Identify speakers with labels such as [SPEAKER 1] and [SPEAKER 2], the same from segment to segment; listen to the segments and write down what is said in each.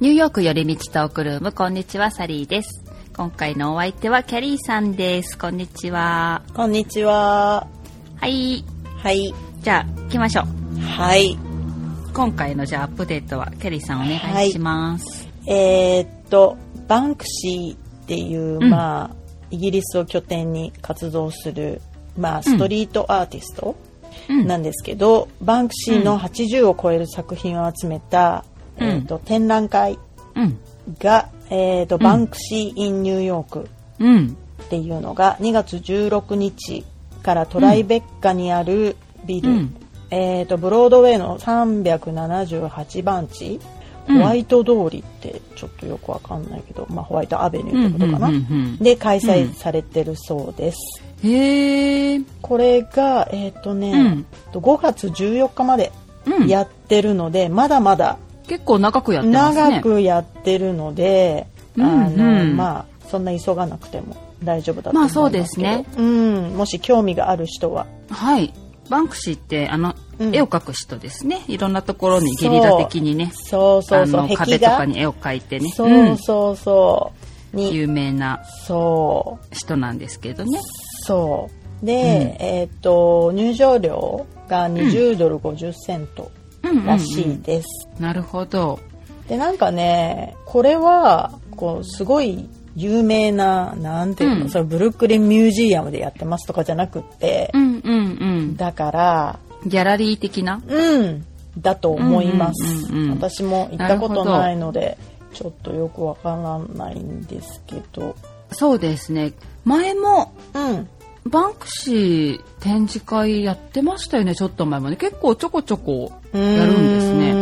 [SPEAKER 1] ーヨーク寄り道トークルームこんにちはサリーです今回のお相手はキャリーさんですこんにちは
[SPEAKER 2] こんにちは。
[SPEAKER 1] はい
[SPEAKER 2] はい。
[SPEAKER 1] じゃあ行きましょう
[SPEAKER 2] はい。
[SPEAKER 1] 今回のじゃあアップデートはキャリーさんお
[SPEAKER 2] は
[SPEAKER 1] 願い
[SPEAKER 2] い
[SPEAKER 1] します
[SPEAKER 2] えーっと、バンクシーっていう、
[SPEAKER 1] うん
[SPEAKER 2] まあ、イギリスを拠点に活動する、まあ、ストリートアーティスト
[SPEAKER 1] うん
[SPEAKER 2] なんですけど、バンクシーの80を超える作品を集めた、
[SPEAKER 1] うん
[SPEAKER 2] えーっと、展覧会
[SPEAKER 1] うん
[SPEAKER 2] が、えーっと、バンクシー・イン・ニューヨーク
[SPEAKER 1] うん
[SPEAKER 2] っていうのが2月16日からトライベッカにあるビル、
[SPEAKER 1] うん
[SPEAKER 2] えー、とブロードウェイの378番
[SPEAKER 1] う
[SPEAKER 2] 地、
[SPEAKER 1] ん
[SPEAKER 2] ホワイト通りってちょっとよくわかんないけど、まあ、ホワイトアベニューってことかな、
[SPEAKER 1] うんうんうん
[SPEAKER 2] で開催されてるそうです、
[SPEAKER 1] うんへえ
[SPEAKER 2] これが、えーとね
[SPEAKER 1] うん
[SPEAKER 2] と5月14日まで
[SPEAKER 1] うん
[SPEAKER 2] やってるので、まだまだ
[SPEAKER 1] 結構長くやってますね
[SPEAKER 2] 長くやってるので、
[SPEAKER 1] うん
[SPEAKER 2] あの
[SPEAKER 1] うん
[SPEAKER 2] まあそんな急がなくても大丈夫だと思いますけど、
[SPEAKER 1] まあそうですね
[SPEAKER 2] うん、もし興味がある人は
[SPEAKER 1] はいバンクシーってあの、
[SPEAKER 2] うん
[SPEAKER 1] 絵を描く人ですねいろんなところにゲリラ的にね
[SPEAKER 2] そうそうそう
[SPEAKER 1] あの壁
[SPEAKER 2] 壁
[SPEAKER 1] と
[SPEAKER 2] 画
[SPEAKER 1] かに絵を描いてね
[SPEAKER 2] そうそうそう、
[SPEAKER 1] うん
[SPEAKER 2] に
[SPEAKER 1] 有名な
[SPEAKER 2] そう
[SPEAKER 1] 人なんですけどね
[SPEAKER 2] そうで、えっ、と入場料が20ドル50セント
[SPEAKER 1] うんうんうん
[SPEAKER 2] らしいです、
[SPEAKER 1] なるほど
[SPEAKER 2] でなんかねこれはこうすごい有名ななんていうの、
[SPEAKER 1] うん
[SPEAKER 2] それブルックリンミュージアムでやってますとかじゃなくって
[SPEAKER 1] う、んうんうん
[SPEAKER 2] だから
[SPEAKER 1] ギャラリー的な
[SPEAKER 2] うんだと思います、
[SPEAKER 1] うんうんうんうん
[SPEAKER 2] 私も行ったこ
[SPEAKER 1] なるほど
[SPEAKER 2] とないのでちょっとよくわからないんですけど
[SPEAKER 1] そうですね前も
[SPEAKER 2] うん
[SPEAKER 1] バンクシー展示会やってましたよねちょっと前まで結構ちょこちょこやるんですね
[SPEAKER 2] うー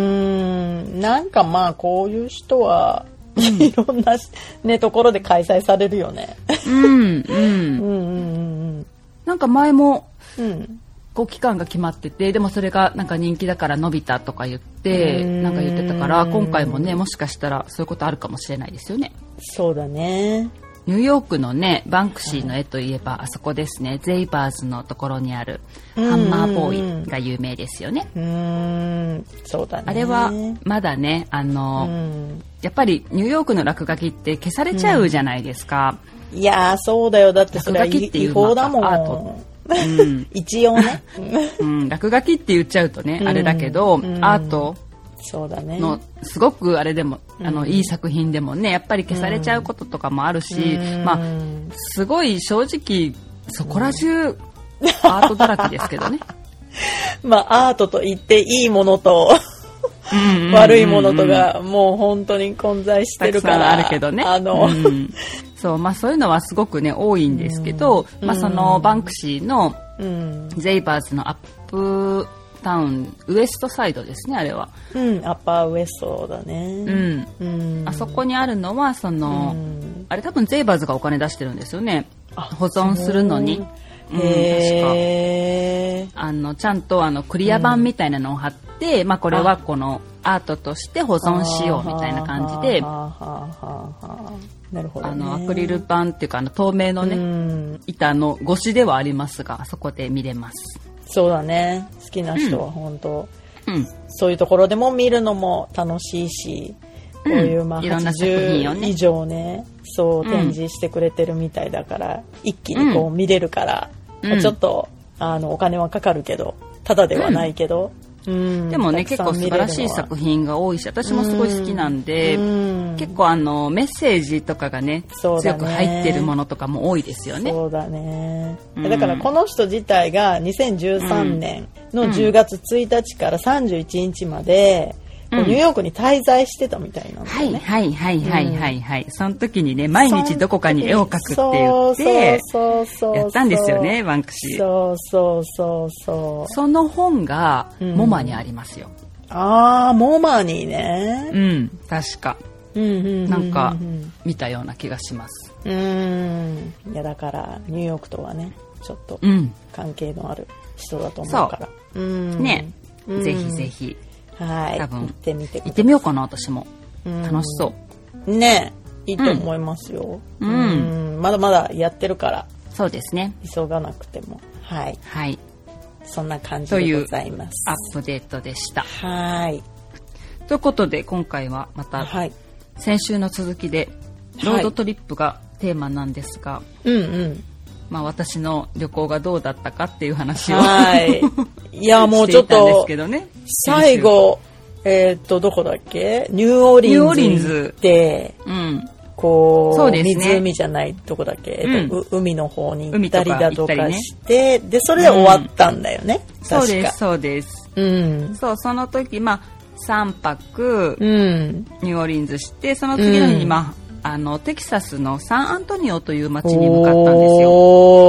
[SPEAKER 2] んなんかまあこういう人はいろんなし、ね、ところで開催されるよね。
[SPEAKER 1] うんう
[SPEAKER 2] うん
[SPEAKER 1] ん
[SPEAKER 2] うん
[SPEAKER 1] なんか前も
[SPEAKER 2] うんうん。
[SPEAKER 1] こう期間が決まっててでもそれがなんか人気だから伸びたとか言って
[SPEAKER 2] うーん
[SPEAKER 1] なんか言ってたから今回もねもしかしたらそういうことあるかもしれないですよね
[SPEAKER 2] そうだね。
[SPEAKER 1] ニューヨークのねバンクシーの絵といえばあそこですねゼイバーズのところにある
[SPEAKER 2] うん
[SPEAKER 1] ハンマーボーイが有名ですよね
[SPEAKER 2] うーん、そうだね。
[SPEAKER 1] あれはまだねあ
[SPEAKER 2] う
[SPEAKER 1] の、
[SPEAKER 2] ん。
[SPEAKER 1] やっぱりニューヨークの落書きって消されちゃうじゃないですか、
[SPEAKER 2] いやー、そうだよ。だってそれは
[SPEAKER 1] 落書き
[SPEAKER 2] 違
[SPEAKER 1] っていう
[SPEAKER 2] 違法だも
[SPEAKER 1] まあアート
[SPEAKER 2] ん。
[SPEAKER 1] うん
[SPEAKER 2] 一応ね。
[SPEAKER 1] うん落書きって言っちゃうとね、
[SPEAKER 2] うん
[SPEAKER 1] あれだけど、
[SPEAKER 2] うん
[SPEAKER 1] アート
[SPEAKER 2] そうだね。
[SPEAKER 1] のすごくあれでも、あ
[SPEAKER 2] う
[SPEAKER 1] の
[SPEAKER 2] ん
[SPEAKER 1] いい作品でもねやっぱり消されちゃうこととかもあるし、
[SPEAKER 2] うん
[SPEAKER 1] まあ、すごい正直そこら中アートだらけですけ どね。
[SPEAKER 2] まあ、アートと言っていいものと、
[SPEAKER 1] うんうん
[SPEAKER 2] 悪いものとが、もう本当に混在してるから。
[SPEAKER 1] たくさんあるけどね。
[SPEAKER 2] あの、
[SPEAKER 1] うんそう、まあそういうのはすごくね、多いんですけど、
[SPEAKER 2] うん
[SPEAKER 1] まあそのバンクシーの
[SPEAKER 2] うん。
[SPEAKER 1] ゼイバーズのアップタウン、ウエストサイドですね、あれは。
[SPEAKER 2] うん、アッパーウエストだ
[SPEAKER 1] う
[SPEAKER 2] ね。
[SPEAKER 1] ん。
[SPEAKER 2] うん。
[SPEAKER 1] あそこにあるのは、そうの、
[SPEAKER 2] ん。
[SPEAKER 1] あれ多分ゼイバーズがお金出してるんですよね。保存するのに。うん、確か。
[SPEAKER 2] へー。
[SPEAKER 1] あの、ちゃんとあの、クリア版みたいなのを貼って、まあこれはこのアートとして保存しようみたいな感じで、
[SPEAKER 2] はあはあはあはあなるほど、ね。
[SPEAKER 1] あの、アクリル板っていうか、あの、透明のね、
[SPEAKER 2] うん。
[SPEAKER 1] 板の越しではありますが、そこで見れます。
[SPEAKER 2] そうだね。好きな人は本当、
[SPEAKER 1] うん。
[SPEAKER 2] そういうところでも見るのも楽しいし、こういう、まあ、
[SPEAKER 1] いろんな作品をね
[SPEAKER 2] 80以上ね、
[SPEAKER 1] う
[SPEAKER 2] そう、
[SPEAKER 1] ん
[SPEAKER 2] 展示してくれてるみたいだから、一気にこう見れるから、
[SPEAKER 1] うん
[SPEAKER 2] ちょっと、あの、お金はかかるけど、ただではないけど、うん
[SPEAKER 1] でもね、結
[SPEAKER 2] たくさん
[SPEAKER 1] 構素晴らしい作品が多いし、私もすごい好きなん
[SPEAKER 2] 見
[SPEAKER 1] で
[SPEAKER 2] れる、のはうん
[SPEAKER 1] 結構あの、メッセージとかがね、
[SPEAKER 2] そう
[SPEAKER 1] 強
[SPEAKER 2] だね
[SPEAKER 1] く入ってるものとかも多いですよね。
[SPEAKER 2] そうだね、
[SPEAKER 1] うん
[SPEAKER 2] だからこの人自体が2013年の10月1日から31日まで、
[SPEAKER 1] うん
[SPEAKER 2] こうニューヨークに滞在してたみたいなんだ
[SPEAKER 1] は
[SPEAKER 2] よ
[SPEAKER 1] い
[SPEAKER 2] ね。
[SPEAKER 1] はいはいはいはいはい。その時にね、毎日どこかに絵を描くって言
[SPEAKER 2] そう
[SPEAKER 1] って、
[SPEAKER 2] そうそうそう
[SPEAKER 1] やったんですよね、バンクシー。
[SPEAKER 2] そうそうそうそ
[SPEAKER 1] その本が、
[SPEAKER 2] うん
[SPEAKER 1] モマにありますよ。
[SPEAKER 2] うああモーマーニ
[SPEAKER 1] う
[SPEAKER 2] ーね、
[SPEAKER 1] ん、確か。
[SPEAKER 2] うんうんうう
[SPEAKER 1] なんか見たような気がします。
[SPEAKER 2] うんいやだからニューヨークとはねちょっと
[SPEAKER 1] うん。
[SPEAKER 2] 関係のある人だと思うからうん
[SPEAKER 1] ね、
[SPEAKER 2] うん
[SPEAKER 1] ぜひぜひ。
[SPEAKER 2] はい
[SPEAKER 1] 多分
[SPEAKER 2] 行ってみてく
[SPEAKER 1] 行
[SPEAKER 2] だ
[SPEAKER 1] っ
[SPEAKER 2] さ
[SPEAKER 1] てみようかな、私も。
[SPEAKER 2] いうん
[SPEAKER 1] 楽しそう。
[SPEAKER 2] ねいいと思いますよ、
[SPEAKER 1] うん
[SPEAKER 2] うんまだまだやってるから
[SPEAKER 1] そうですね。
[SPEAKER 2] 急がなくてもはい
[SPEAKER 1] はい。
[SPEAKER 2] そんな感じでございます
[SPEAKER 1] アップデートでした。
[SPEAKER 2] はい
[SPEAKER 1] ということで、今回はまた
[SPEAKER 2] はい
[SPEAKER 1] 先週の続きでロードトリップがテーマなんですが、
[SPEAKER 2] うんうん。
[SPEAKER 1] まあ、私の旅行がどうだったかっていう話を
[SPEAKER 2] はい。いや、もう
[SPEAKER 1] し
[SPEAKER 2] ち
[SPEAKER 1] て
[SPEAKER 2] ょっ
[SPEAKER 1] いたんです
[SPEAKER 2] と
[SPEAKER 1] け、どね
[SPEAKER 2] 最後、えーっと、どこだっけニューオーリ
[SPEAKER 1] ニューオーリ
[SPEAKER 2] ン
[SPEAKER 1] ン
[SPEAKER 2] ズ
[SPEAKER 1] ズ
[SPEAKER 2] 行って、
[SPEAKER 1] うん
[SPEAKER 2] こう
[SPEAKER 1] そうですね
[SPEAKER 2] 湖じゃないとこだっけ、えっと
[SPEAKER 1] うん
[SPEAKER 2] う海の方に行ったりだとか
[SPEAKER 1] 海とか行ったりね
[SPEAKER 2] して、で、それで終わったんだよね。
[SPEAKER 1] そう
[SPEAKER 2] 確
[SPEAKER 1] で
[SPEAKER 2] か
[SPEAKER 1] す。そうです
[SPEAKER 2] うん。
[SPEAKER 1] そうその時まあ3泊
[SPEAKER 2] うん。
[SPEAKER 1] ニューオーリンズしてその次の日に、
[SPEAKER 2] うん
[SPEAKER 1] まあ、あのテキサスのサンアントニオという町に向かったんですよ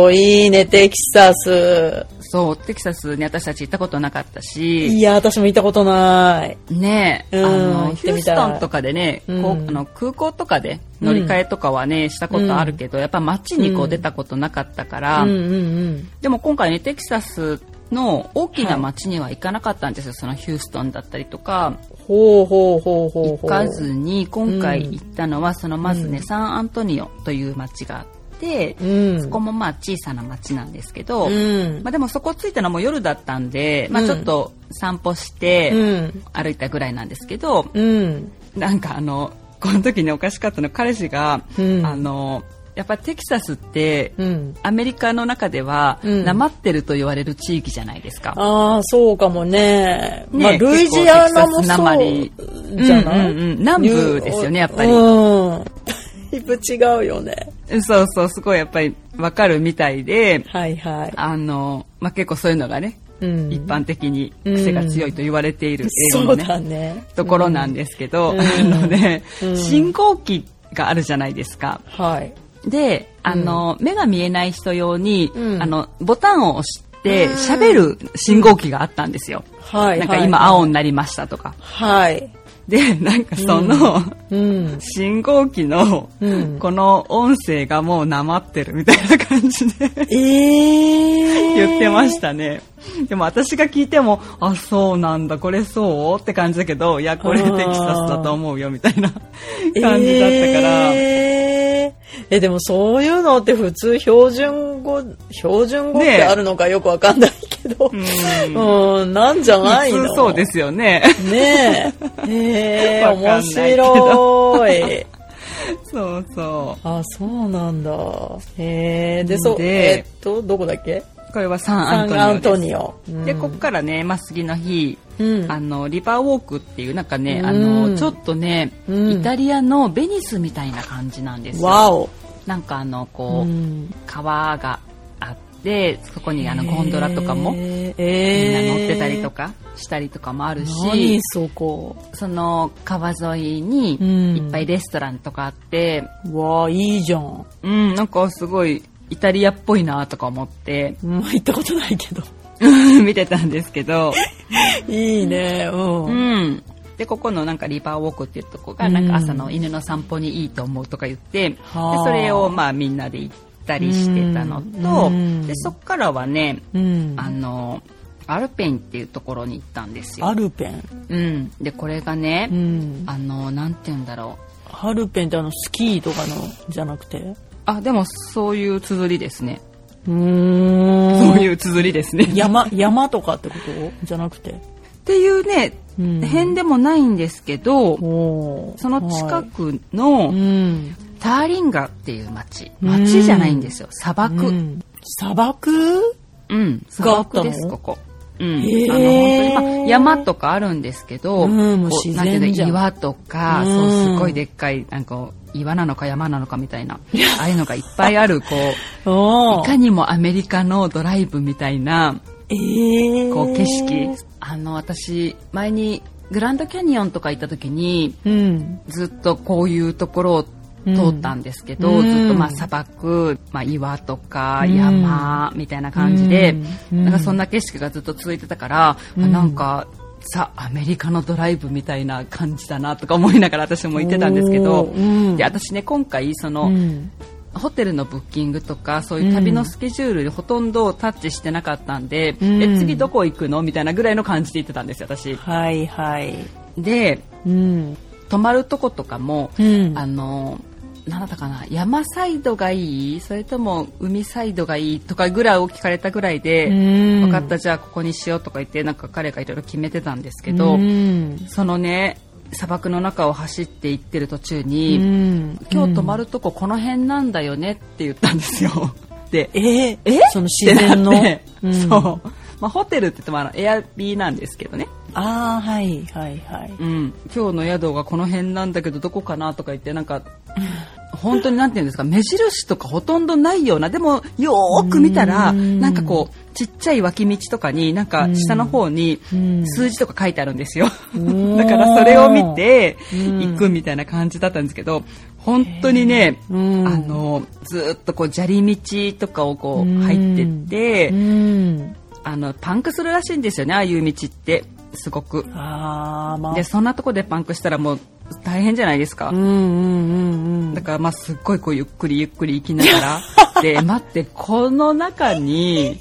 [SPEAKER 2] おー、いいね、テキサス。
[SPEAKER 1] そうテキサスに私たち行ったことなかった
[SPEAKER 2] い
[SPEAKER 1] し
[SPEAKER 2] や、私も行ったことない。
[SPEAKER 1] ねえ、
[SPEAKER 2] うん
[SPEAKER 1] あ
[SPEAKER 2] 行
[SPEAKER 1] の
[SPEAKER 2] っ
[SPEAKER 1] ヒ
[SPEAKER 2] て
[SPEAKER 1] ュ
[SPEAKER 2] み
[SPEAKER 1] ー
[SPEAKER 2] たい
[SPEAKER 1] ストンとかでね、こう
[SPEAKER 2] うん
[SPEAKER 1] あの空港とかで乗り換えとかはね、したことあるけどやっぱ街にこ
[SPEAKER 2] う
[SPEAKER 1] うん出たことなかったか
[SPEAKER 2] う
[SPEAKER 1] ら、
[SPEAKER 2] んうん
[SPEAKER 1] でも今回ねテキサスの大きな街には行かなかったんですよ、そのヒューストンだったりとか
[SPEAKER 2] うん。ほうほうほうほうほう。
[SPEAKER 1] 行かずに今回
[SPEAKER 2] うん
[SPEAKER 1] 行ったのはそのまずね、
[SPEAKER 2] うん
[SPEAKER 1] サンアントニオという街があって、
[SPEAKER 2] うん。
[SPEAKER 1] そこもまあ小さな街なんですけど、
[SPEAKER 2] うん
[SPEAKER 1] ま。あ、でもそこ着いたのはもう夜だったんで、まあ、
[SPEAKER 2] うん
[SPEAKER 1] ちょっと散歩して
[SPEAKER 2] うん。
[SPEAKER 1] 歩いたぐらいなんですけど、
[SPEAKER 2] うん。
[SPEAKER 1] なんかあのこの時におかしかったの彼氏が、
[SPEAKER 2] うん
[SPEAKER 1] あのやっぱテキサスって
[SPEAKER 2] うん。
[SPEAKER 1] アメリカの中では
[SPEAKER 2] うん
[SPEAKER 1] なまってると言われる地域じゃないですか。
[SPEAKER 2] ああ、そうかもね。
[SPEAKER 1] ね
[SPEAKER 2] まあ、ルイジアナも
[SPEAKER 1] 結構テキサスなまり
[SPEAKER 2] そうじゃない、
[SPEAKER 1] うんうんうん南部ですよねやっぱり
[SPEAKER 2] うん。 だいぶ違うよね。
[SPEAKER 1] そうそうすごいやっぱりわかるみたいで
[SPEAKER 2] はいはい。
[SPEAKER 1] あの、まあ、結構そういうのがね、
[SPEAKER 2] うん
[SPEAKER 1] 一般的に癖が強いと言われている英語
[SPEAKER 2] そ
[SPEAKER 1] の
[SPEAKER 2] う
[SPEAKER 1] ね、
[SPEAKER 2] だね。
[SPEAKER 1] ところなんですけど、
[SPEAKER 2] うん
[SPEAKER 1] あのね、
[SPEAKER 2] うん
[SPEAKER 1] 信号機があるじゃないですか。
[SPEAKER 2] はい。
[SPEAKER 1] で、あの、目が見えない人用に、
[SPEAKER 2] うん
[SPEAKER 1] あの、ボタンを押して
[SPEAKER 2] うん
[SPEAKER 1] 喋る信号機があったんですよ。
[SPEAKER 2] はい。
[SPEAKER 1] なんか今青になりましたとか。
[SPEAKER 2] はい。
[SPEAKER 1] で、なんかその、
[SPEAKER 2] うん。
[SPEAKER 1] 信号機の、
[SPEAKER 2] うん
[SPEAKER 1] この音声がもうなまってるみたいな感じで
[SPEAKER 2] ええー。
[SPEAKER 1] 言ってまし。たね。でも私が聞いても、あ、そうなんだ、これそうって感じだけど、いや、これ
[SPEAKER 2] あ
[SPEAKER 1] テキ
[SPEAKER 2] ー
[SPEAKER 1] サスだと思うよみたいな感じだったから。
[SPEAKER 2] えーえ、でもそういうのって普通標準語、標準語っ
[SPEAKER 1] ね
[SPEAKER 2] て
[SPEAKER 1] え
[SPEAKER 2] あるのかよくわかんないけど、
[SPEAKER 1] ん
[SPEAKER 2] うん、なんじゃない
[SPEAKER 1] 普
[SPEAKER 2] の
[SPEAKER 1] 通そうですよね。
[SPEAKER 2] ねえ。へえ、
[SPEAKER 1] わかんな
[SPEAKER 2] 面
[SPEAKER 1] いけ
[SPEAKER 2] 白 い。
[SPEAKER 1] そうそ
[SPEAKER 2] あ、そうなんだ。へえ、で、そう、
[SPEAKER 1] で
[SPEAKER 2] えっと、どこだっけ
[SPEAKER 1] う。これはサン
[SPEAKER 2] サ
[SPEAKER 1] ア
[SPEAKER 2] ンアン
[SPEAKER 1] ント
[SPEAKER 2] ト
[SPEAKER 1] ニ
[SPEAKER 2] ニ
[SPEAKER 1] オ
[SPEAKER 2] オ。
[SPEAKER 1] で
[SPEAKER 2] う
[SPEAKER 1] す。
[SPEAKER 2] ん
[SPEAKER 1] で、ここからね、まあ、次の日、
[SPEAKER 2] うん
[SPEAKER 1] あの、リバーウォークっていう、なんかね、
[SPEAKER 2] うん
[SPEAKER 1] あの、ちょっとね、
[SPEAKER 2] うん
[SPEAKER 1] イタリアのベニスみたいな感じなんですよ。
[SPEAKER 2] わお。
[SPEAKER 1] なんかあの、こう、
[SPEAKER 2] うん
[SPEAKER 1] 川があって、そこにあの、ゴンドラとかも、みん
[SPEAKER 2] へ
[SPEAKER 1] な
[SPEAKER 2] え
[SPEAKER 1] 乗ってたりとか、したりとかもあるし
[SPEAKER 2] 何、そこ。
[SPEAKER 1] その川沿いに、
[SPEAKER 2] うん
[SPEAKER 1] いっぱいレストランとかあって、
[SPEAKER 2] わあ、いいじゃん。
[SPEAKER 1] うん、なんかすごい、イタリアっぽいなとか思って、
[SPEAKER 2] うん行ったことないけど。
[SPEAKER 1] 見てたんですけど、
[SPEAKER 2] いいね、うん。
[SPEAKER 1] うん。で、ここのなんかリバーウォークっていうとこが、なんか朝の犬の散歩にいいと思うとか言って、で
[SPEAKER 2] はあ
[SPEAKER 1] それをまあみんなで行ったりしてたのと、
[SPEAKER 2] うん
[SPEAKER 1] で、そっからはね、
[SPEAKER 2] うん
[SPEAKER 1] あの、アルペンっていうところに行ったんです
[SPEAKER 2] ア
[SPEAKER 1] よ。
[SPEAKER 2] ルペン。
[SPEAKER 1] うん。で、これがね、
[SPEAKER 2] うん。
[SPEAKER 1] あの、なんて言うんだろう。
[SPEAKER 2] アルペンってあの、スキーとかの、じゃなくてう
[SPEAKER 1] あ、でもそういう綴りですね。
[SPEAKER 2] ー
[SPEAKER 1] そ
[SPEAKER 2] ん
[SPEAKER 1] ういう綴りですね。
[SPEAKER 2] 山、山とかってことじゃなくて。
[SPEAKER 1] っていうね、
[SPEAKER 2] うん
[SPEAKER 1] 辺でもないんですけど、
[SPEAKER 2] おー
[SPEAKER 1] その近
[SPEAKER 2] はい
[SPEAKER 1] くの、
[SPEAKER 2] うん。
[SPEAKER 1] ターリンガっていう町町じゃないんですよ砂漠う、
[SPEAKER 2] うんん砂漠
[SPEAKER 1] 砂漠です
[SPEAKER 2] があったの
[SPEAKER 1] ここうん、
[SPEAKER 2] へー
[SPEAKER 1] あの本当に、まあ、山とかあるんですけど、
[SPEAKER 2] うんもう
[SPEAKER 1] こ
[SPEAKER 2] 自然
[SPEAKER 1] なんていうの
[SPEAKER 2] じゃん
[SPEAKER 1] 岩とか、
[SPEAKER 2] うん
[SPEAKER 1] そうすごいでっかいなんか岩なのか山なのかみたいなああいうのがいっぱいあるこ うい
[SPEAKER 2] お
[SPEAKER 1] かにもアメリカのドライブみたいな
[SPEAKER 2] えー
[SPEAKER 1] こう景色あの私前にグランドキャニオンとか行った時に
[SPEAKER 2] うん。
[SPEAKER 1] ずっとこういうところを通ったんですけど、
[SPEAKER 2] うん
[SPEAKER 1] ずっとまあ砂漠、まあ、岩とか
[SPEAKER 2] うん
[SPEAKER 1] 山みたいな感じで、
[SPEAKER 2] うん
[SPEAKER 1] なんかそんな景色がずっと続いてたから、
[SPEAKER 2] うん
[SPEAKER 1] なんかザ・アメリカのドライブみたいな感じだなとか思いながら 私も行ってたんですけど、
[SPEAKER 2] おーうん
[SPEAKER 1] で私ね今回その、
[SPEAKER 2] うん。
[SPEAKER 1] ホテルのブッキングとかそういう旅のスケジュールでほとんどタッチしてなかったんで、
[SPEAKER 2] うん
[SPEAKER 1] え次どこ行くのみたいなぐらいの感じで行ってたんですよ私。
[SPEAKER 2] はいはい。
[SPEAKER 1] で
[SPEAKER 2] うん。
[SPEAKER 1] 泊まるとことかも、
[SPEAKER 2] うん
[SPEAKER 1] あの何だったかな山サイドがいいそれとも海サイドがいいとかぐらいを聞かれたぐらいで、
[SPEAKER 2] うん
[SPEAKER 1] 分かったじゃあここにしようとか言ってなんか彼がいろいろ決めてたんですけど、
[SPEAKER 2] うん
[SPEAKER 1] そのね砂漠の中を走って行ってる途中
[SPEAKER 2] う
[SPEAKER 1] に、
[SPEAKER 2] ん、
[SPEAKER 1] 今日泊まるとここの辺なんだよねって言ったんですよ。で、
[SPEAKER 2] え
[SPEAKER 1] え
[SPEAKER 2] ー、
[SPEAKER 1] え
[SPEAKER 2] その自然の、
[SPEAKER 1] ってなって
[SPEAKER 2] ん
[SPEAKER 1] そう。まあ、ホテルって言ってもあのエアビーなんですけどね、
[SPEAKER 2] ああはいはいはい
[SPEAKER 1] うん、今日の宿がこの辺なんだけどどこかなとか言ってなんか本当になんていうんですか目印とかほとんどないようなでもよーく見たら
[SPEAKER 2] うん
[SPEAKER 1] なんかこうちっちゃい脇道とかになんか下の方に
[SPEAKER 2] うん
[SPEAKER 1] 数字とか書いてあるんですよ
[SPEAKER 2] う ん
[SPEAKER 1] だからそれを見て
[SPEAKER 2] うん
[SPEAKER 1] 行くみたいな感じだったんですけど本当にねあ
[SPEAKER 2] うん
[SPEAKER 1] のずーっとこう砂利道とかをこ
[SPEAKER 2] うん
[SPEAKER 1] う入ってって
[SPEAKER 2] うん
[SPEAKER 1] あのパンクするらしいんですよねああいう道ってすごく。
[SPEAKER 2] ああまあ
[SPEAKER 1] でそんなとこでパンクしたらもう大変じゃないですか、
[SPEAKER 2] うんうんうんう
[SPEAKER 1] だ
[SPEAKER 2] ん
[SPEAKER 1] からまあすっごいこうゆっくりゆっくり行きなが らで待ってこの中に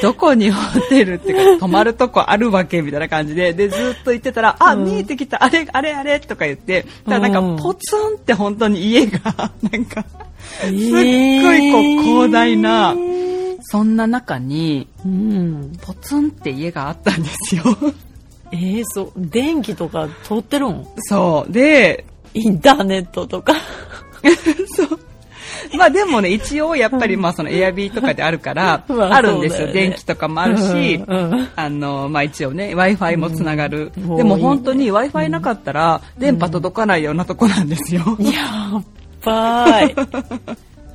[SPEAKER 1] どこにホテルっていうか泊まるとこあるわけみたいな感じででずっと行ってたら「あ、
[SPEAKER 2] うん
[SPEAKER 1] 見えてきたあれあれあれ」とか言ってたらな
[SPEAKER 2] うん
[SPEAKER 1] んかポツンって本当に家が なんか
[SPEAKER 2] す
[SPEAKER 1] す
[SPEAKER 2] っ
[SPEAKER 1] っごいこう広大なそんな中に
[SPEAKER 2] うん
[SPEAKER 1] ポツンって家があったんです よ
[SPEAKER 2] えー、そう電気とか通ってるん
[SPEAKER 1] そうで
[SPEAKER 2] インターネットとか
[SPEAKER 1] まあでもね、一応やっぱりまあそのエアビーとかであるから、
[SPEAKER 2] まあ
[SPEAKER 1] あるんですよ。
[SPEAKER 2] そうだよね
[SPEAKER 1] 電気とかもあるし、
[SPEAKER 2] うんうん
[SPEAKER 1] あの、まあ一応ね、Wi-Fi もつながる。
[SPEAKER 2] うん
[SPEAKER 1] でも本当に Wi-Fi なかったら、電波届かないようなとこなんですよ。
[SPEAKER 2] やっばい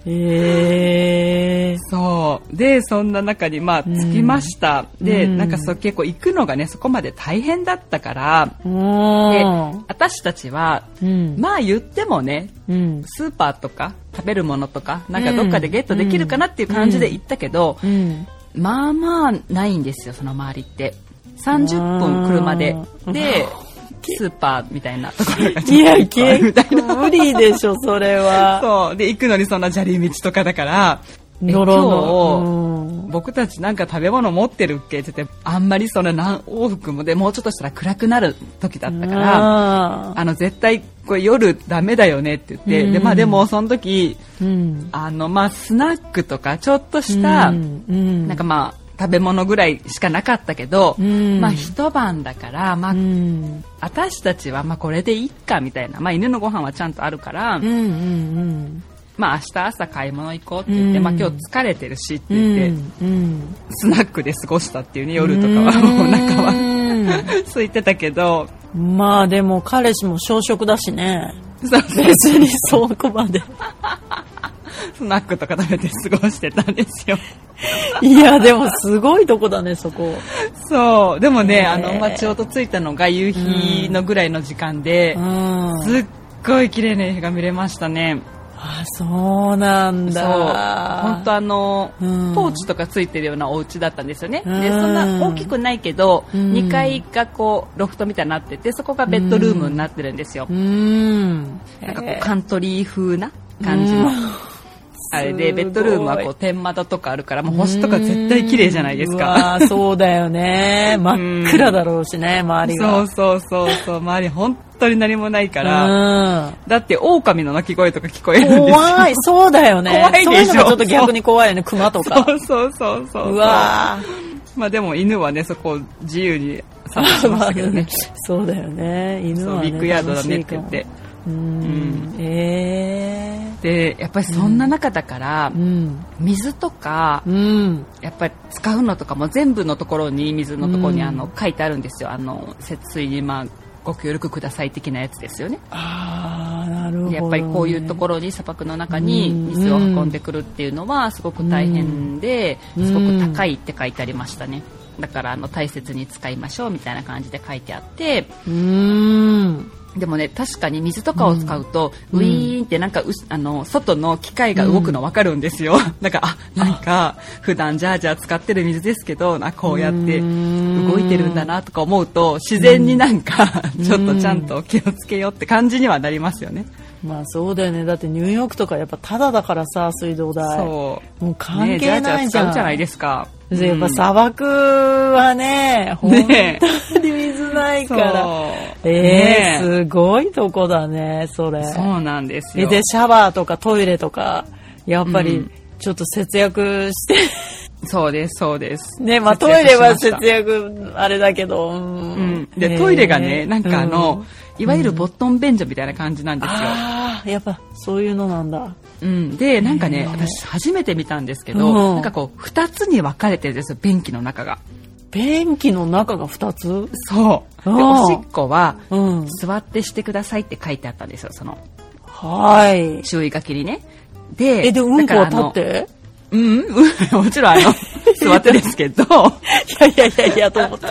[SPEAKER 2] えー、
[SPEAKER 1] そう。で、そんな中にまあ着きました。で、
[SPEAKER 2] うん
[SPEAKER 1] なんかそう結構行くのがね、そこまで大変だったから、で
[SPEAKER 2] も、
[SPEAKER 1] 私たちは、
[SPEAKER 2] う、うん、
[SPEAKER 1] まあ言ってもね、
[SPEAKER 2] うん、
[SPEAKER 1] スーパーとか食べるものとか、なんかどっかでゲットできるかなっていう感じで行ったけど、
[SPEAKER 2] うん、
[SPEAKER 1] まあまあないんですよその周りって30分車で
[SPEAKER 2] うん
[SPEAKER 1] でスーパーみたいなところが
[SPEAKER 2] いや、
[SPEAKER 1] ちょっとあるみた
[SPEAKER 2] 結
[SPEAKER 1] いな
[SPEAKER 2] 構無理でしょ、それ は。
[SPEAKER 1] そうで行くのにそんな砂利道とかだからえ
[SPEAKER 2] の
[SPEAKER 1] 今
[SPEAKER 2] ろ
[SPEAKER 1] 日僕たちなんか食べ物持ってるっけって言ってあんまりその何往復もでもうちょっとしたら暗くなる時だったから
[SPEAKER 2] ら、
[SPEAKER 1] あの絶対これ夜ダメだよねって言って、でまあでもその時
[SPEAKER 2] うん、
[SPEAKER 1] あのまあスナックとかちょっとした、
[SPEAKER 2] うん、うん
[SPEAKER 1] なんか、まあ食べ物ぐらいしかなかったけど、
[SPEAKER 2] うん
[SPEAKER 1] まあ一晩だから、まあ
[SPEAKER 2] うん、
[SPEAKER 1] 私たちはまあこれでいっかみたいな、まあ、犬のご飯はちゃんとあるから、
[SPEAKER 2] うん、うん、
[SPEAKER 1] まあ明日朝買い物行こうって言って、
[SPEAKER 2] うん
[SPEAKER 1] まあ今日疲れてるしって
[SPEAKER 2] う
[SPEAKER 1] 言って、
[SPEAKER 2] ん、うん、
[SPEAKER 1] スナックで過ごしたっていうね夜とかはもうお腹は空いてたけど
[SPEAKER 2] は。まあでも彼氏も小食だしね。
[SPEAKER 1] そう
[SPEAKER 2] 別にそこまで。
[SPEAKER 1] スナックとか食べて過ごしてたんですよ
[SPEAKER 2] いや、でもすごいとこだね、そこ。
[SPEAKER 1] そうでもね、
[SPEAKER 2] ね
[SPEAKER 1] あのまあちょうど着いたのが夕日のぐらいの時間で
[SPEAKER 2] う、ん。
[SPEAKER 1] すっごい綺麗な映画見れましたね
[SPEAKER 2] あ、そうなん
[SPEAKER 1] そう
[SPEAKER 2] だ。
[SPEAKER 1] 本当あの、
[SPEAKER 2] うん
[SPEAKER 1] ポーチとかついてるようなお家だったんですよね、
[SPEAKER 2] うん
[SPEAKER 1] でそんな大きくないけど、
[SPEAKER 2] うん
[SPEAKER 1] 2階がこうロフトみたいになっててそこがベッドルームになってるんですよ、
[SPEAKER 2] うん。
[SPEAKER 1] なんかこうカントリー風な感じの、
[SPEAKER 2] うん
[SPEAKER 1] あれ
[SPEAKER 2] すご
[SPEAKER 1] で
[SPEAKER 2] い
[SPEAKER 1] ベッドルームはこう天窓とかあるからもう星とか絶対綺麗じゃないです
[SPEAKER 2] うんう
[SPEAKER 1] か
[SPEAKER 2] わーそうだよね。真っ暗だろうしね、周りが。
[SPEAKER 1] そうそうそうそう周り本当に何もないから、
[SPEAKER 2] うん
[SPEAKER 1] だって狼の鳴き声とか聞こえるんですよ
[SPEAKER 2] 怖い、そうだよね。
[SPEAKER 1] 怖いでしょ
[SPEAKER 2] そういうのもちょっと逆に怖いよね、熊とか。
[SPEAKER 1] そうそうそうそう
[SPEAKER 2] うわ
[SPEAKER 1] まあでも犬はねそこを自由に探しましたけど ね
[SPEAKER 2] そうだよね、犬
[SPEAKER 1] そう
[SPEAKER 2] は、ね。
[SPEAKER 1] ビッグヤードだねって言っ
[SPEAKER 2] 楽しい
[SPEAKER 1] て
[SPEAKER 2] かも。うん。え
[SPEAKER 1] でやっぱりそんな中だから
[SPEAKER 2] ー。う、ん。
[SPEAKER 1] 水とか
[SPEAKER 2] うん。
[SPEAKER 1] やっぱり使うのとかも全部のところに水のところに
[SPEAKER 2] うん
[SPEAKER 1] あの書いてあるんですよあの節水にまあご協力ください的なやつですよね
[SPEAKER 2] ああ、なるほど、ね。
[SPEAKER 1] やっぱりこういうところに砂漠の中に
[SPEAKER 2] うん
[SPEAKER 1] 水を運んでくるっていうのはすごく大変で、
[SPEAKER 2] うん
[SPEAKER 1] すごく高いって書いてありましたねだからあの大切に使いましょうみたいな感じで書いてあって
[SPEAKER 2] うん。
[SPEAKER 1] でもね確かに水とかを使うと、
[SPEAKER 2] うん
[SPEAKER 1] ウィーンってなんかうあの外の機械が動くの分かるんですよ、だからあ なんか普段ジャージャー使ってる水ですけどなこうやって
[SPEAKER 2] うん
[SPEAKER 1] 動いてるんだなとか思うと自然になんかちょっとちゃんと気をつけようって感じにはなりますよね、
[SPEAKER 2] まあそうだよね。だってニューヨークとかやっぱタダだからさ、水道代。
[SPEAKER 1] そう
[SPEAKER 2] もう関係な
[SPEAKER 1] ね
[SPEAKER 2] いじ
[SPEAKER 1] ジャージャー使
[SPEAKER 2] ゃん。
[SPEAKER 1] うじゃないですか
[SPEAKER 2] でやっぱ
[SPEAKER 1] っ
[SPEAKER 2] 砂漠はね、本
[SPEAKER 1] ね
[SPEAKER 2] 当に水ないから。
[SPEAKER 1] そう
[SPEAKER 2] えー
[SPEAKER 1] ね
[SPEAKER 2] すごいとこだね、それ。
[SPEAKER 1] そうなんです
[SPEAKER 2] え
[SPEAKER 1] よ
[SPEAKER 2] で、シャワーとかトイレとか、やっぱ
[SPEAKER 1] う
[SPEAKER 2] り
[SPEAKER 1] ん
[SPEAKER 2] ちょっと節約して、
[SPEAKER 1] そうです、そうです。
[SPEAKER 2] ね、まあト
[SPEAKER 1] 節約
[SPEAKER 2] イレは
[SPEAKER 1] しました
[SPEAKER 2] 節約、あれだけど、う
[SPEAKER 1] うんん。で、トイレがね、
[SPEAKER 2] えー
[SPEAKER 1] なんかあ
[SPEAKER 2] うん
[SPEAKER 1] の、いわゆるボットン便所みたいな感じなんですよ。
[SPEAKER 2] ああ、やっぱそういうのなんだ。
[SPEAKER 1] うん、でなんか
[SPEAKER 2] へ
[SPEAKER 1] ね
[SPEAKER 2] ー
[SPEAKER 1] 私初めて見たんですけ
[SPEAKER 2] うん
[SPEAKER 1] どなんかこう2つに分かれてるんですよ便器の中が
[SPEAKER 2] 便器の中が2つ
[SPEAKER 1] そうで
[SPEAKER 2] うん
[SPEAKER 1] おしっこは
[SPEAKER 2] うん。
[SPEAKER 1] 座ってしてくださいって書いてあったんですよその
[SPEAKER 2] はい。
[SPEAKER 1] 注意書きにねで
[SPEAKER 2] え、で、うんこは
[SPEAKER 1] だからあの
[SPEAKER 2] 立って
[SPEAKER 1] うんうんも ちろんあの 座ってですけどっ
[SPEAKER 2] いやいやいやいや、と思って。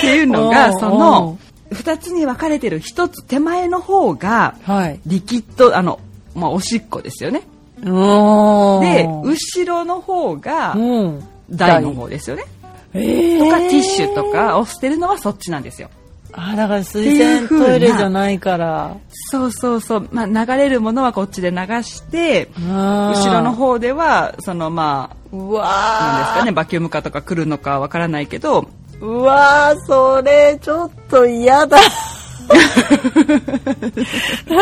[SPEAKER 1] ていうの
[SPEAKER 2] お
[SPEAKER 1] が
[SPEAKER 2] う
[SPEAKER 1] そ
[SPEAKER 2] おう
[SPEAKER 1] の2つに分かれてる1つ手前の方が
[SPEAKER 2] はい。
[SPEAKER 1] リキッドあの、まあ、おしっこですよね
[SPEAKER 2] うーん。
[SPEAKER 1] で後ろの方が
[SPEAKER 2] うん。
[SPEAKER 1] 台の方ですよね
[SPEAKER 2] ええ
[SPEAKER 1] とかティッシュと。かを捨てるのはそっちなんですよ。
[SPEAKER 2] あ、だから水洗トイレじゃないから。
[SPEAKER 1] そうそうそう、まあ、流れるものはこっちで流して後
[SPEAKER 2] 後
[SPEAKER 1] ろの。方ではそのま
[SPEAKER 2] う
[SPEAKER 1] あなんです
[SPEAKER 2] わ
[SPEAKER 1] か
[SPEAKER 2] ー
[SPEAKER 1] ねバキュームカーとか来るのかわからないけど
[SPEAKER 2] うわーそれ、ちょっと嫌 だ。だ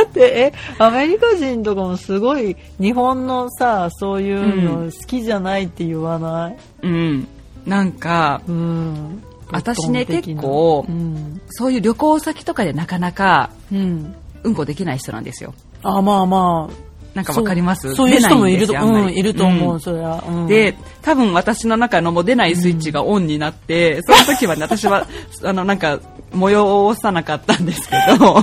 [SPEAKER 2] って、え、アメリカ人とかもすごい、日本のさ、そういうの好きじゃないって言わない、
[SPEAKER 1] うんなんか
[SPEAKER 2] うん、
[SPEAKER 1] 私ね
[SPEAKER 2] ボットン的な
[SPEAKER 1] 結構
[SPEAKER 2] うん
[SPEAKER 1] そういう旅行先とかでなかなか
[SPEAKER 2] うん、
[SPEAKER 1] うんこできない人なんですよ。
[SPEAKER 2] あまあま
[SPEAKER 1] なんか
[SPEAKER 2] あ
[SPEAKER 1] わかります
[SPEAKER 2] そうそういう人もいると,、
[SPEAKER 1] 出ないんですよあん
[SPEAKER 2] う
[SPEAKER 1] ま
[SPEAKER 2] ん、
[SPEAKER 1] り
[SPEAKER 2] いると思う、
[SPEAKER 1] ん
[SPEAKER 2] そりゃ、うん、
[SPEAKER 1] で多分私の中のもう出ないスイッチがオンになって、その時はね私は あのなんか模様をさなかったんですけど。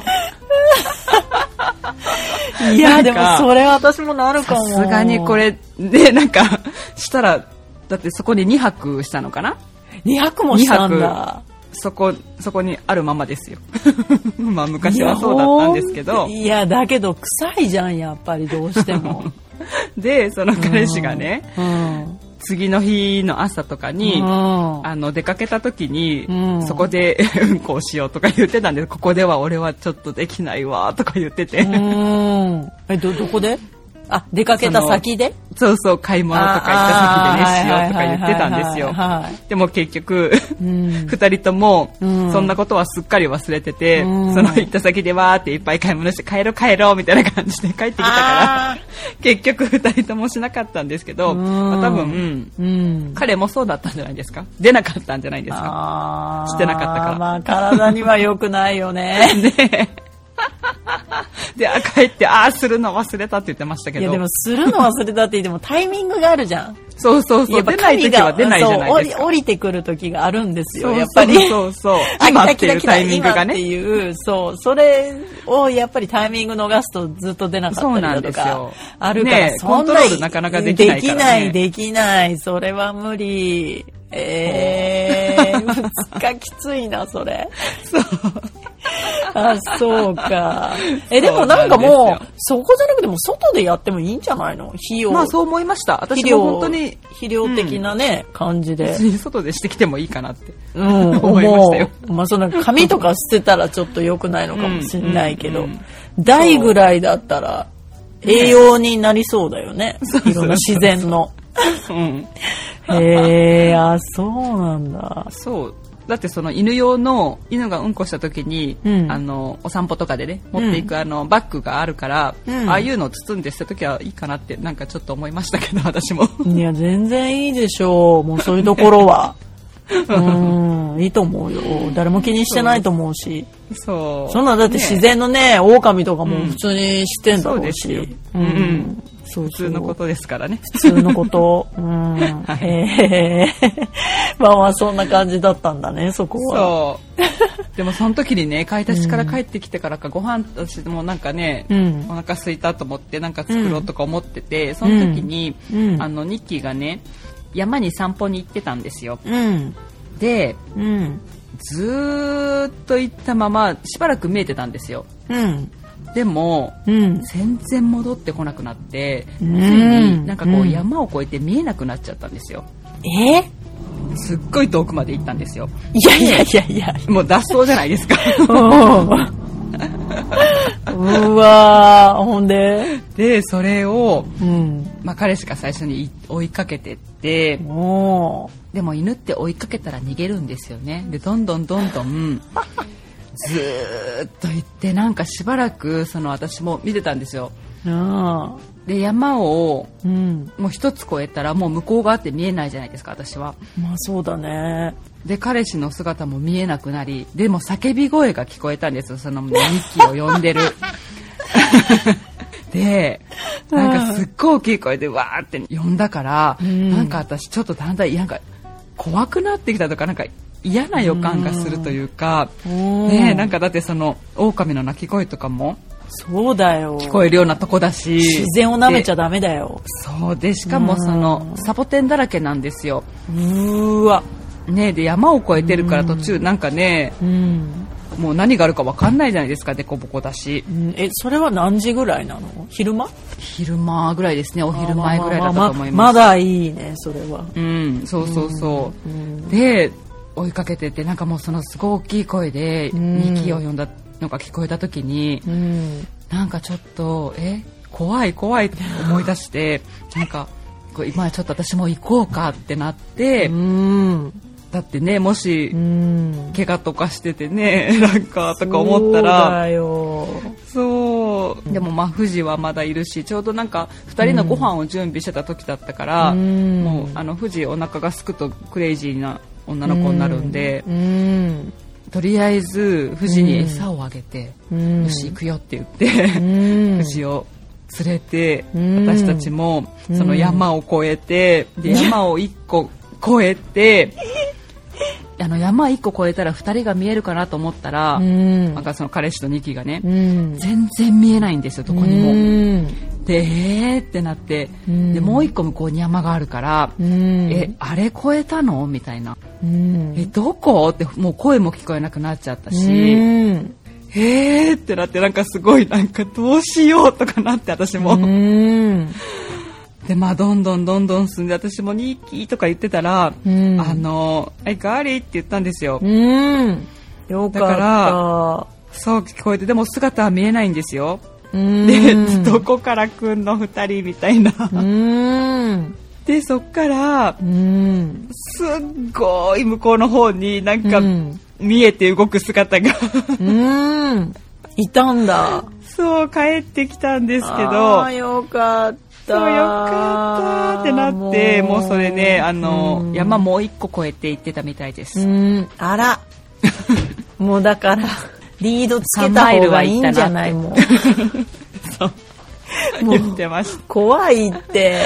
[SPEAKER 2] いやでも
[SPEAKER 1] なんか
[SPEAKER 2] それ私もなる
[SPEAKER 1] さ
[SPEAKER 2] かも
[SPEAKER 1] すがにこれでなんかしたらだってそこに2泊したのかな
[SPEAKER 2] 200もしたんだ
[SPEAKER 1] そこそこにあるままですよ まあ昔はそうだったんですけど
[SPEAKER 2] いやだけど臭いじゃんやっぱりどうしても
[SPEAKER 1] でその 彼氏がね、
[SPEAKER 2] うん
[SPEAKER 1] 次の日の朝とかに、
[SPEAKER 2] うん
[SPEAKER 1] あの出かけた時に、
[SPEAKER 2] うん
[SPEAKER 1] そこで うんこをしようとか言ってたんでここでは俺はちょっとできないわとか言ってて、
[SPEAKER 2] うんえどどこであ出かけた先で
[SPEAKER 1] そうそう買い物とか行った先でねしようとか言ってたんですよ
[SPEAKER 2] はい
[SPEAKER 1] でも結局
[SPEAKER 2] うん
[SPEAKER 1] 2人とも
[SPEAKER 2] うん
[SPEAKER 1] そんなことはすっかり忘れてて、
[SPEAKER 2] うん
[SPEAKER 1] その行った先でわーっていっぱい買い物して帰ろう帰ろうみたいな感じで帰ってきたから
[SPEAKER 2] あ
[SPEAKER 1] 結局2人ともしなかったんですけど、
[SPEAKER 2] うん
[SPEAKER 1] まあ多分
[SPEAKER 2] ーうん
[SPEAKER 1] 彼もそうだったんじゃないですか出なかったんじゃないですか
[SPEAKER 2] あー
[SPEAKER 1] してなかったから
[SPEAKER 2] まあ、体には良くないよね。
[SPEAKER 1] ねであ帰ってああするの忘れたって言ってましたけ
[SPEAKER 2] いや、
[SPEAKER 1] ど
[SPEAKER 2] でも、するの忘れたって言っても、タイミングがあるじゃん。
[SPEAKER 1] そうそうそ
[SPEAKER 2] や
[SPEAKER 1] う
[SPEAKER 2] っぱ
[SPEAKER 1] 出ない時は出ないじゃないです
[SPEAKER 2] そう降り、
[SPEAKER 1] か
[SPEAKER 2] 降りてくる時があるんです
[SPEAKER 1] そ
[SPEAKER 2] よ、
[SPEAKER 1] う
[SPEAKER 2] やっぱり。
[SPEAKER 1] そうそうそう
[SPEAKER 2] あ
[SPEAKER 1] 今っ
[SPEAKER 2] 来た
[SPEAKER 1] て
[SPEAKER 2] 来
[SPEAKER 1] い
[SPEAKER 2] た
[SPEAKER 1] う
[SPEAKER 2] 来
[SPEAKER 1] タ
[SPEAKER 2] た
[SPEAKER 1] イミングが
[SPEAKER 2] 今って
[SPEAKER 1] ね
[SPEAKER 2] いう、そう、それをやっぱりタイミング逃すとずっと出なかったり
[SPEAKER 1] そうな
[SPEAKER 2] だと
[SPEAKER 1] ん
[SPEAKER 2] か
[SPEAKER 1] ですよ、
[SPEAKER 2] あるから、
[SPEAKER 1] ねえ
[SPEAKER 2] そん
[SPEAKER 1] コントロールなかなかできないからね
[SPEAKER 2] できない、できない、それは無理。えー、2日きついな、それ。あ、そ うか。え、でもなんか
[SPEAKER 1] そうな
[SPEAKER 2] も
[SPEAKER 1] ん
[SPEAKER 2] う、そこじゃなくても、外でやってもいいんじゃないの費用。
[SPEAKER 1] まあそう思いました
[SPEAKER 2] 肥
[SPEAKER 1] 私
[SPEAKER 2] 料
[SPEAKER 1] も本当に
[SPEAKER 2] 肥料的なね、感じで
[SPEAKER 1] 別。に外でしてきてもいいかなって
[SPEAKER 2] うん、
[SPEAKER 1] 思いましたよ
[SPEAKER 2] 思うまあ、その紙とか捨てたらちょっと良くないのかもしれないけ
[SPEAKER 1] う
[SPEAKER 2] ど
[SPEAKER 1] んうん、
[SPEAKER 2] 台ぐらいだったら栄養になりそうだよね。いろんな自然の。
[SPEAKER 1] うん、
[SPEAKER 2] へえ、あ、そうなんだ。
[SPEAKER 1] そうだってその犬用の犬がうんこした時に、
[SPEAKER 2] うん
[SPEAKER 1] あのお散歩とかでね持っていくあのバッグがあるから、
[SPEAKER 2] うん
[SPEAKER 1] ああいうのを包んでした時はいいかなってなんかちょっと思いましたけど私 も
[SPEAKER 2] いや、全然いいでしょう。もうそういうところ は。うん、いいと思うよ。誰も気にしてないと思うし。
[SPEAKER 1] そう
[SPEAKER 2] そんなだって
[SPEAKER 1] ね
[SPEAKER 2] 自然のね、狼とかも普通にしてんだろう
[SPEAKER 1] そうで
[SPEAKER 2] し
[SPEAKER 1] すよ。
[SPEAKER 2] うん。そう
[SPEAKER 1] 普通のことですからね
[SPEAKER 2] 普通の こと。うん。
[SPEAKER 1] い
[SPEAKER 2] へえ。 まあまあ、そんな感じだったんだね、そこは。
[SPEAKER 1] そうでもその時にね買い足しから帰ってきてからかご飯私もなんかね、
[SPEAKER 2] うん
[SPEAKER 1] お腹空いたと思ってなんか作ろうとか思ってて、その時に、
[SPEAKER 2] うん
[SPEAKER 1] あのニッキーがね山に散歩に行ってたんですよ
[SPEAKER 2] うん。
[SPEAKER 1] で
[SPEAKER 2] うん。
[SPEAKER 1] ずーっと行ったまましばらく見えてたんですよ
[SPEAKER 2] うん。
[SPEAKER 1] でも
[SPEAKER 2] うん。
[SPEAKER 1] 全然戻ってこなくなってつい
[SPEAKER 2] うん
[SPEAKER 1] になんかこ
[SPEAKER 2] う
[SPEAKER 1] うん山を越えて見えなくなっちゃったんですよ
[SPEAKER 2] え
[SPEAKER 1] すっごい遠くまで行ったんですよ
[SPEAKER 2] いやいやいや いや。
[SPEAKER 1] もう脱走じゃないです か
[SPEAKER 2] うんうわー、ほんで。
[SPEAKER 1] でそれを、
[SPEAKER 2] うん。
[SPEAKER 1] まあ、彼氏が最初にい追いかけてって
[SPEAKER 2] おー。
[SPEAKER 1] でも犬って追いかけたら逃げるんですよねでどんどんどんどんずーっと行ってなんかしばらくその私も見てたんですよ
[SPEAKER 2] うん。
[SPEAKER 1] で山を
[SPEAKER 2] うん。
[SPEAKER 1] もう一つ越えたらもう向こう側って見えないじゃないですか私は
[SPEAKER 2] まあそうだね。
[SPEAKER 1] で彼氏の姿も見えなくなりでも叫び声が聞こえたんですよそのミッキーを呼んでる でなんかすっごい大きい声でわーって呼んだから、
[SPEAKER 2] うん
[SPEAKER 1] なんか私ちょっとだんだんなんか怖くなってきたとかなんか嫌な予感がするというか、ね
[SPEAKER 2] ね
[SPEAKER 1] えなんかだってその狼の鳴き声とかも
[SPEAKER 2] そうだよ。
[SPEAKER 1] 聞こえるようなとこだし
[SPEAKER 2] 自然を舐めちゃ
[SPEAKER 1] で
[SPEAKER 2] ダメだよ。
[SPEAKER 1] そうでしかもそのサボテンだらけなんですよ、
[SPEAKER 2] うーわ。
[SPEAKER 1] ねえ、で山を越えてるから途中なんかね、
[SPEAKER 2] うん。
[SPEAKER 1] もう何があるか分かんないじゃないですか凸凹だし
[SPEAKER 2] うんえ、それは何時ぐらいなの昼間
[SPEAKER 1] 昼間ぐらいですねお昼前ぐらいだったと思い
[SPEAKER 2] ま
[SPEAKER 1] ます
[SPEAKER 2] あまあまあまだいいね、それは。
[SPEAKER 1] うんそうそうそううんで追いかけてってなんかもうそのすごい大きい声で
[SPEAKER 2] うん
[SPEAKER 1] 2キを呼んだのが聞こえた時に
[SPEAKER 2] うん。
[SPEAKER 1] なんかちょっとえ怖い怖いって思い出 してなんかこう今ちょっと私も行こうかってなって、
[SPEAKER 2] うん。
[SPEAKER 1] だってねもし
[SPEAKER 2] うん。
[SPEAKER 1] 怪我とかしててね なんかとか思ったら
[SPEAKER 2] そうだよ。
[SPEAKER 1] そうでもまあ富士はまだいるしちょうどなんか2人のご飯を準備してた時だったから、
[SPEAKER 2] うん
[SPEAKER 1] もうあの富士お腹がすくとクレイジーな女の子になるんで、
[SPEAKER 2] うん。
[SPEAKER 1] とりあえず富士に餌をあげて、
[SPEAKER 2] うん。
[SPEAKER 1] よし行くよって言って、
[SPEAKER 2] うん
[SPEAKER 1] 富。士を連れて、
[SPEAKER 2] うん
[SPEAKER 1] 私たちも
[SPEAKER 2] うん
[SPEAKER 1] その山を越えて、で山を1個越え てあの山1個越えたら2人が見えるかなと思ったら、
[SPEAKER 2] うん
[SPEAKER 1] なんかその彼氏とニキがね、
[SPEAKER 2] うん。
[SPEAKER 1] 全然見えないんですよどこにも。
[SPEAKER 2] うん。
[SPEAKER 1] でえーってなって、
[SPEAKER 2] うん
[SPEAKER 1] でもう一個向こうに山があるから、
[SPEAKER 2] うん。
[SPEAKER 1] えあれ越えたのみたいな、
[SPEAKER 2] うん。
[SPEAKER 1] えどこってもう声も聞こえなくなっちゃったし、
[SPEAKER 2] うん。
[SPEAKER 1] えーってなってなんかすごいなんかどうしようとかなって私も、
[SPEAKER 2] うん。
[SPEAKER 1] でまあどんどんどんどん進んで私もニーキーとか言ってたら、
[SPEAKER 2] うん
[SPEAKER 1] あの「アイガーリー」って言ったんですよ、
[SPEAKER 2] うん。よ
[SPEAKER 1] だ
[SPEAKER 2] か
[SPEAKER 1] か
[SPEAKER 2] っ
[SPEAKER 1] そう聞こえてでも姿は見えないんですよ
[SPEAKER 2] た。うん
[SPEAKER 1] で、どこから来んの2人みたいな、
[SPEAKER 2] うん。
[SPEAKER 1] でそっから
[SPEAKER 2] うん。
[SPEAKER 1] すっごい向こうの方になんか
[SPEAKER 2] うん
[SPEAKER 1] 見えて動く姿 が
[SPEAKER 2] うん。いたんだ。
[SPEAKER 1] そう帰ってきたんですけ
[SPEAKER 2] あ
[SPEAKER 1] ど
[SPEAKER 2] ーよかった。
[SPEAKER 1] そうよかったってなってもうそれねあの、
[SPEAKER 2] うん
[SPEAKER 1] 山もう一個越えて行ってたみたいで
[SPEAKER 2] う
[SPEAKER 1] す、
[SPEAKER 2] ん。あら。もうだから、リードつけた方がいいんじゃないもう。もう
[SPEAKER 1] 言ってました
[SPEAKER 2] 怖 いって。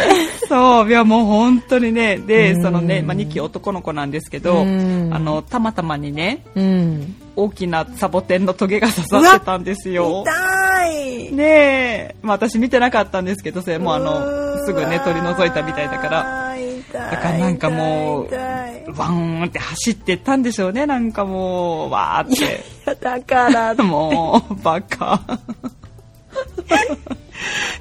[SPEAKER 1] そういやもう本当にねで、
[SPEAKER 2] うん
[SPEAKER 1] そのね、まあ、2期男の子なんですけど、
[SPEAKER 2] うん
[SPEAKER 1] あのたまたまにね
[SPEAKER 2] うん。
[SPEAKER 1] 大きなサボテンのトゲが刺さってたんですよ
[SPEAKER 2] 痛
[SPEAKER 1] ね
[SPEAKER 2] い。
[SPEAKER 1] え、まあ、私見てなかったんですけどそれもあのすぐね取り除いたみたいだから
[SPEAKER 2] ら。痛い。
[SPEAKER 1] だからなんかもう
[SPEAKER 2] 痛い痛い
[SPEAKER 1] ワーンって走ってったんでしょうねなんかもうわーって
[SPEAKER 2] いやだから、
[SPEAKER 1] もうバカ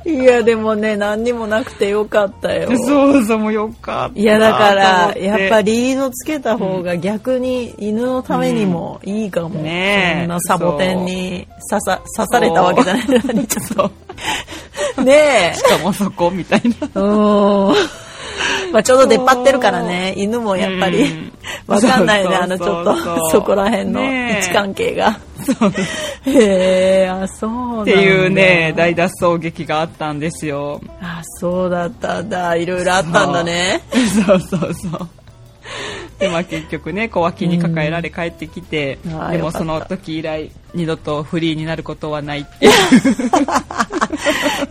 [SPEAKER 2] いやでもね、何にもなくてよかったよ。
[SPEAKER 1] そうそうもうよかった
[SPEAKER 2] いやだから、やっぱ
[SPEAKER 1] り
[SPEAKER 2] リードつけた方が逆に犬のためにもいいかも。
[SPEAKER 1] うんねえ
[SPEAKER 2] そんなサボテンに刺さ刺されたわけじゃないのに、ちょっと。ねえ
[SPEAKER 1] し。かも そこみたいな
[SPEAKER 2] うーん。まあちょうど出っ張ってるからね、犬もやっぱり
[SPEAKER 1] うん、
[SPEAKER 2] わかんないよね、
[SPEAKER 1] そうそ
[SPEAKER 2] あの
[SPEAKER 1] う
[SPEAKER 2] ち
[SPEAKER 1] そう
[SPEAKER 2] ょっと、そこら辺の位
[SPEAKER 1] ねえ
[SPEAKER 2] 置関係が。へえ、あ、そうなんだ。
[SPEAKER 1] っていうね大脱走劇があったんですよ
[SPEAKER 2] あ、そうだったんだ。いろいろあったんだね。
[SPEAKER 1] そうそうそうでまあ結局ね小脇に抱えられ帰ってきて、
[SPEAKER 2] うんあー
[SPEAKER 1] で
[SPEAKER 2] よか
[SPEAKER 1] も
[SPEAKER 2] った
[SPEAKER 1] その時以来二度とフリーになることはないっていう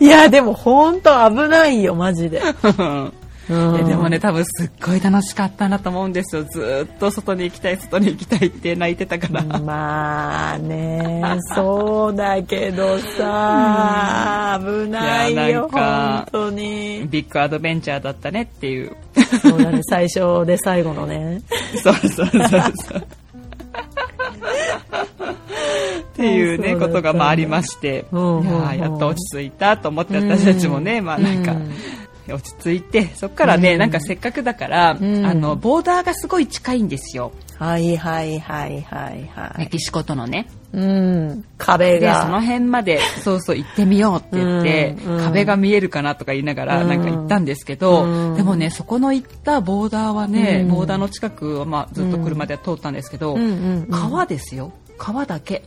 [SPEAKER 2] いや、でもほんと危ないよ、マジで。うん
[SPEAKER 1] えでもね多分すっごい楽しかったなと思うんですよずーっと外に行きたい外に行きたいって泣いてたから、
[SPEAKER 2] まあね、そうだけどさ、危ない
[SPEAKER 1] いやな
[SPEAKER 2] よ、
[SPEAKER 1] んか
[SPEAKER 2] 本当 に。
[SPEAKER 1] ビッグアドベンチャーだったねっていう
[SPEAKER 2] そうだね、最初で最後のね。
[SPEAKER 1] そうそうそうそうっていうね
[SPEAKER 2] そうだった
[SPEAKER 1] ことがまあありまして、
[SPEAKER 2] うんうん
[SPEAKER 1] いや
[SPEAKER 2] う
[SPEAKER 1] ー
[SPEAKER 2] ん
[SPEAKER 1] やっと落ち着いたと思って私たちもね、まあなんか、落ち着いてそっからね、なんかせっかくだから、
[SPEAKER 2] ん
[SPEAKER 1] あのボーダーがすごい近いんですよ、
[SPEAKER 2] はいはいはいはいは
[SPEAKER 1] メ
[SPEAKER 2] い。
[SPEAKER 1] キシコとのね
[SPEAKER 2] うん、壁
[SPEAKER 1] でその
[SPEAKER 2] が。
[SPEAKER 1] 辺までそうそう行ってみようって言って、
[SPEAKER 2] うんうん
[SPEAKER 1] 壁が見えるかなとか言いながら
[SPEAKER 2] うん
[SPEAKER 1] なんか行ったんですけど、
[SPEAKER 2] うん
[SPEAKER 1] でもねそこの行ったボーダーはね、
[SPEAKER 2] うん
[SPEAKER 1] ボーダーの近くを、まあ、ずっと車で通ったんですけど、
[SPEAKER 2] うんうんうん
[SPEAKER 1] 川ですよ川だけ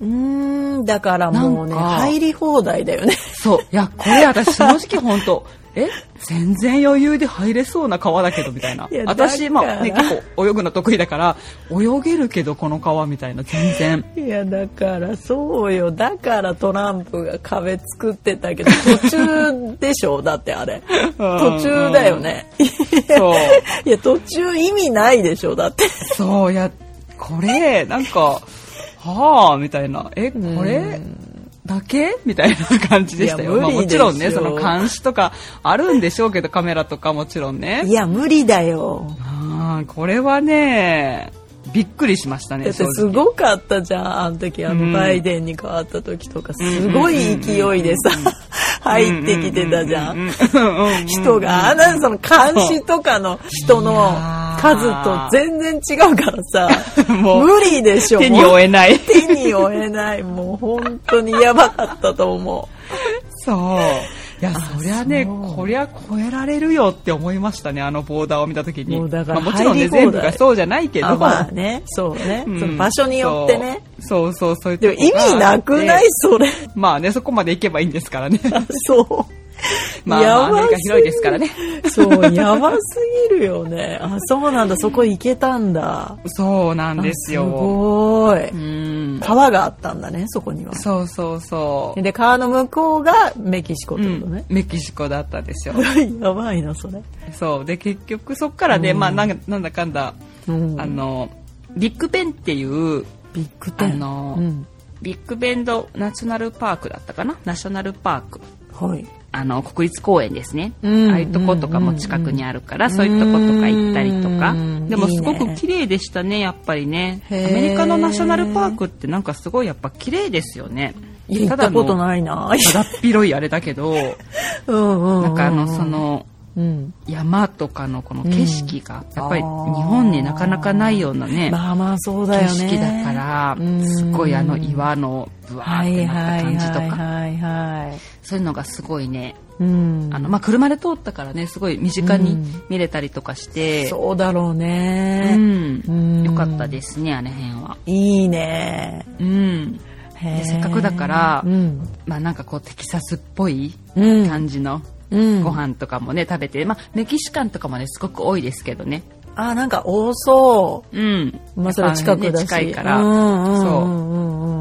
[SPEAKER 2] うーん、だからもうね、
[SPEAKER 1] なんか
[SPEAKER 2] 入り放題だよね。
[SPEAKER 1] そう。いや、これ私正直本当え全然余裕で入れそうな川だけどみたいない
[SPEAKER 2] や
[SPEAKER 1] 私
[SPEAKER 2] だ
[SPEAKER 1] ま
[SPEAKER 2] から
[SPEAKER 1] あ、ね、結構泳ぐの得意だから泳げるけどこの川みたいな全然
[SPEAKER 2] いや、だから、そうよ。だからトランプが壁作ってたけど、途中でしょだって あれ。途中だよね。
[SPEAKER 1] そう
[SPEAKER 2] いや、途中意味ないでしょだって。
[SPEAKER 1] そういやこれなんかはあみたいなえこれだけみたいな感じでしたよ
[SPEAKER 2] いや無
[SPEAKER 1] まあ、
[SPEAKER 2] 理
[SPEAKER 1] もちろん
[SPEAKER 2] で
[SPEAKER 1] ね
[SPEAKER 2] すよ
[SPEAKER 1] その監視とかあるんでしょうけどカメラとかもちろんね
[SPEAKER 2] いや、無理だよ。
[SPEAKER 1] あーこれはねびっくりしました
[SPEAKER 2] だ
[SPEAKER 1] ね
[SPEAKER 2] って
[SPEAKER 1] 正
[SPEAKER 2] す
[SPEAKER 1] 直
[SPEAKER 2] ごかったじゃんあの時あ
[SPEAKER 1] う
[SPEAKER 2] の
[SPEAKER 1] ん
[SPEAKER 2] バイデンに変わった時とかすごい勢いでさ入ってきてたじゃ
[SPEAKER 1] うんんうんうん うん
[SPEAKER 2] 人があなんでその監視とかの人の数と全然違うからさ
[SPEAKER 1] もう
[SPEAKER 2] 無理でしょ
[SPEAKER 1] 手に負え ない
[SPEAKER 2] もう手に負えないもう本当にやばかったと思
[SPEAKER 1] そういやそりゃね
[SPEAKER 2] そう
[SPEAKER 1] こりゃ超えられるよって思いましたねあのボーダーを見た時に
[SPEAKER 2] もうだから
[SPEAKER 1] まあ、もちろん
[SPEAKER 2] 入り
[SPEAKER 1] ね
[SPEAKER 2] 放
[SPEAKER 1] 全
[SPEAKER 2] 題
[SPEAKER 1] 部がそうじゃないけ
[SPEAKER 2] う
[SPEAKER 1] ど
[SPEAKER 2] あまあねそうね、
[SPEAKER 1] うん
[SPEAKER 2] その場所によってね
[SPEAKER 1] そうそうそうそういう
[SPEAKER 2] でも
[SPEAKER 1] と
[SPEAKER 2] 意
[SPEAKER 1] こが
[SPEAKER 2] 味なくな
[SPEAKER 1] あっ
[SPEAKER 2] い
[SPEAKER 1] て
[SPEAKER 2] それ
[SPEAKER 1] まあねそこまで行けばいいんです からね
[SPEAKER 2] そう
[SPEAKER 1] まあまあアメリカ
[SPEAKER 2] すぎ
[SPEAKER 1] 広いですからね
[SPEAKER 2] そう、やばすぎるよね。あ、そうなんだ、そこ行けたんだ。
[SPEAKER 1] そうなんです
[SPEAKER 2] あす
[SPEAKER 1] よ
[SPEAKER 2] ごい。
[SPEAKER 1] うん
[SPEAKER 2] 川があったんだね、そこには。
[SPEAKER 1] そうそうそう
[SPEAKER 2] で、川の向こうがメキシコっ
[SPEAKER 1] う
[SPEAKER 2] てこと
[SPEAKER 1] ん
[SPEAKER 2] ね、。
[SPEAKER 1] メキシコだったん ですよ
[SPEAKER 2] やばいな、それ。
[SPEAKER 1] そうで結局そっからね、
[SPEAKER 2] うん
[SPEAKER 1] まあなんなんだかんだ、
[SPEAKER 2] うん
[SPEAKER 1] あのビッグベンっていう
[SPEAKER 2] ビッグテ
[SPEAKER 1] あ
[SPEAKER 2] ン。
[SPEAKER 1] の、
[SPEAKER 2] うん。
[SPEAKER 1] ビッグベンドナショナルパークだったかなナショナルパーク
[SPEAKER 2] はい。
[SPEAKER 1] あの国立公園ですね、
[SPEAKER 2] うん
[SPEAKER 1] ああいうとことかも近くにあるから、
[SPEAKER 2] ん
[SPEAKER 1] そういうとことか行ったりとか
[SPEAKER 2] うん
[SPEAKER 1] でも
[SPEAKER 2] いい
[SPEAKER 1] す
[SPEAKER 2] ね
[SPEAKER 1] ごく綺麗でしたねやっぱりねア
[SPEAKER 2] へー
[SPEAKER 1] メリカのナショナルパークってなんかすごいやっぱ綺麗ですよね
[SPEAKER 2] いや行
[SPEAKER 1] た
[SPEAKER 2] った
[SPEAKER 1] だの
[SPEAKER 2] ことないな。
[SPEAKER 1] だっ広いあれだけど
[SPEAKER 2] うんうんうんうん。
[SPEAKER 1] なんかあのそ、の
[SPEAKER 2] うん。
[SPEAKER 1] 山とかのこの景色が
[SPEAKER 2] うん
[SPEAKER 1] やっぱり日
[SPEAKER 2] あー
[SPEAKER 1] 本になかなかないようなね、
[SPEAKER 2] まあまあ、そうだ
[SPEAKER 1] 景
[SPEAKER 2] よね。
[SPEAKER 1] 色だか
[SPEAKER 2] う
[SPEAKER 1] ら
[SPEAKER 2] ん
[SPEAKER 1] すごいあの岩のブワー
[SPEAKER 2] は
[SPEAKER 1] っ
[SPEAKER 2] い
[SPEAKER 1] てなっ
[SPEAKER 2] は
[SPEAKER 1] た
[SPEAKER 2] い
[SPEAKER 1] 感じと
[SPEAKER 2] はい
[SPEAKER 1] か
[SPEAKER 2] はいはい。
[SPEAKER 1] そういうのがすごいね
[SPEAKER 2] うん。
[SPEAKER 1] あの、まあ、車で通ったからねすごい身近
[SPEAKER 2] う
[SPEAKER 1] に
[SPEAKER 2] ん
[SPEAKER 1] 見れたりとかして、
[SPEAKER 2] そうだろう
[SPEAKER 1] う
[SPEAKER 2] ね。
[SPEAKER 1] ん
[SPEAKER 2] うん
[SPEAKER 1] よかったですねあの辺は、
[SPEAKER 2] いいね。
[SPEAKER 1] うん
[SPEAKER 2] へー
[SPEAKER 1] せっかくだから
[SPEAKER 2] うん。
[SPEAKER 1] まあ、なんかこうテキサスっぽい
[SPEAKER 2] うん
[SPEAKER 1] 感じの
[SPEAKER 2] うん
[SPEAKER 1] ご飯とかもね食べて、まあ、メキシカンとかもねすごく多いですけどね
[SPEAKER 2] あ、なんか多そ
[SPEAKER 1] うん
[SPEAKER 2] う。まあ、それ近
[SPEAKER 1] やっ
[SPEAKER 2] くだし。
[SPEAKER 1] ぱね近いから、
[SPEAKER 2] うんうんう
[SPEAKER 1] そ
[SPEAKER 2] んう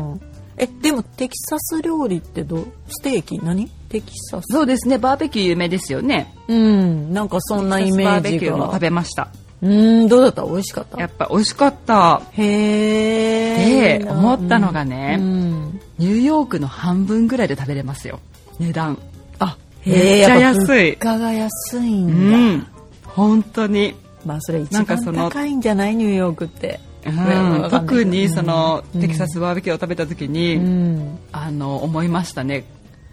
[SPEAKER 2] んうん。え、でもテキサス料理ってどうステーキ何テキサ
[SPEAKER 1] う
[SPEAKER 2] ス
[SPEAKER 1] そうですねバーベキュー有名ですよね
[SPEAKER 2] うん。なんかそんなイメ
[SPEAKER 1] バ
[SPEAKER 2] ー
[SPEAKER 1] ーベ
[SPEAKER 2] ジ
[SPEAKER 1] キューも
[SPEAKER 2] が
[SPEAKER 1] 食。べました
[SPEAKER 2] うん、どうだった美味しかった
[SPEAKER 1] やっぱ美味しかった
[SPEAKER 2] へえ。
[SPEAKER 1] で思ったのがね
[SPEAKER 2] うん
[SPEAKER 1] ニューヨークの半分ぐらいで食べれますよ値段
[SPEAKER 2] あ、
[SPEAKER 1] めっちゃ安い
[SPEAKER 2] やっぱ物価が安い
[SPEAKER 1] うん
[SPEAKER 2] だ。
[SPEAKER 1] ん本当に
[SPEAKER 2] まあ、それ一
[SPEAKER 1] なん
[SPEAKER 2] 番
[SPEAKER 1] かその
[SPEAKER 2] 高いんじゃないニューヨークって。
[SPEAKER 1] うん特にその、
[SPEAKER 2] うん
[SPEAKER 1] テキサスバーベキューを食べた時に、
[SPEAKER 2] うん。
[SPEAKER 1] あの思いましたね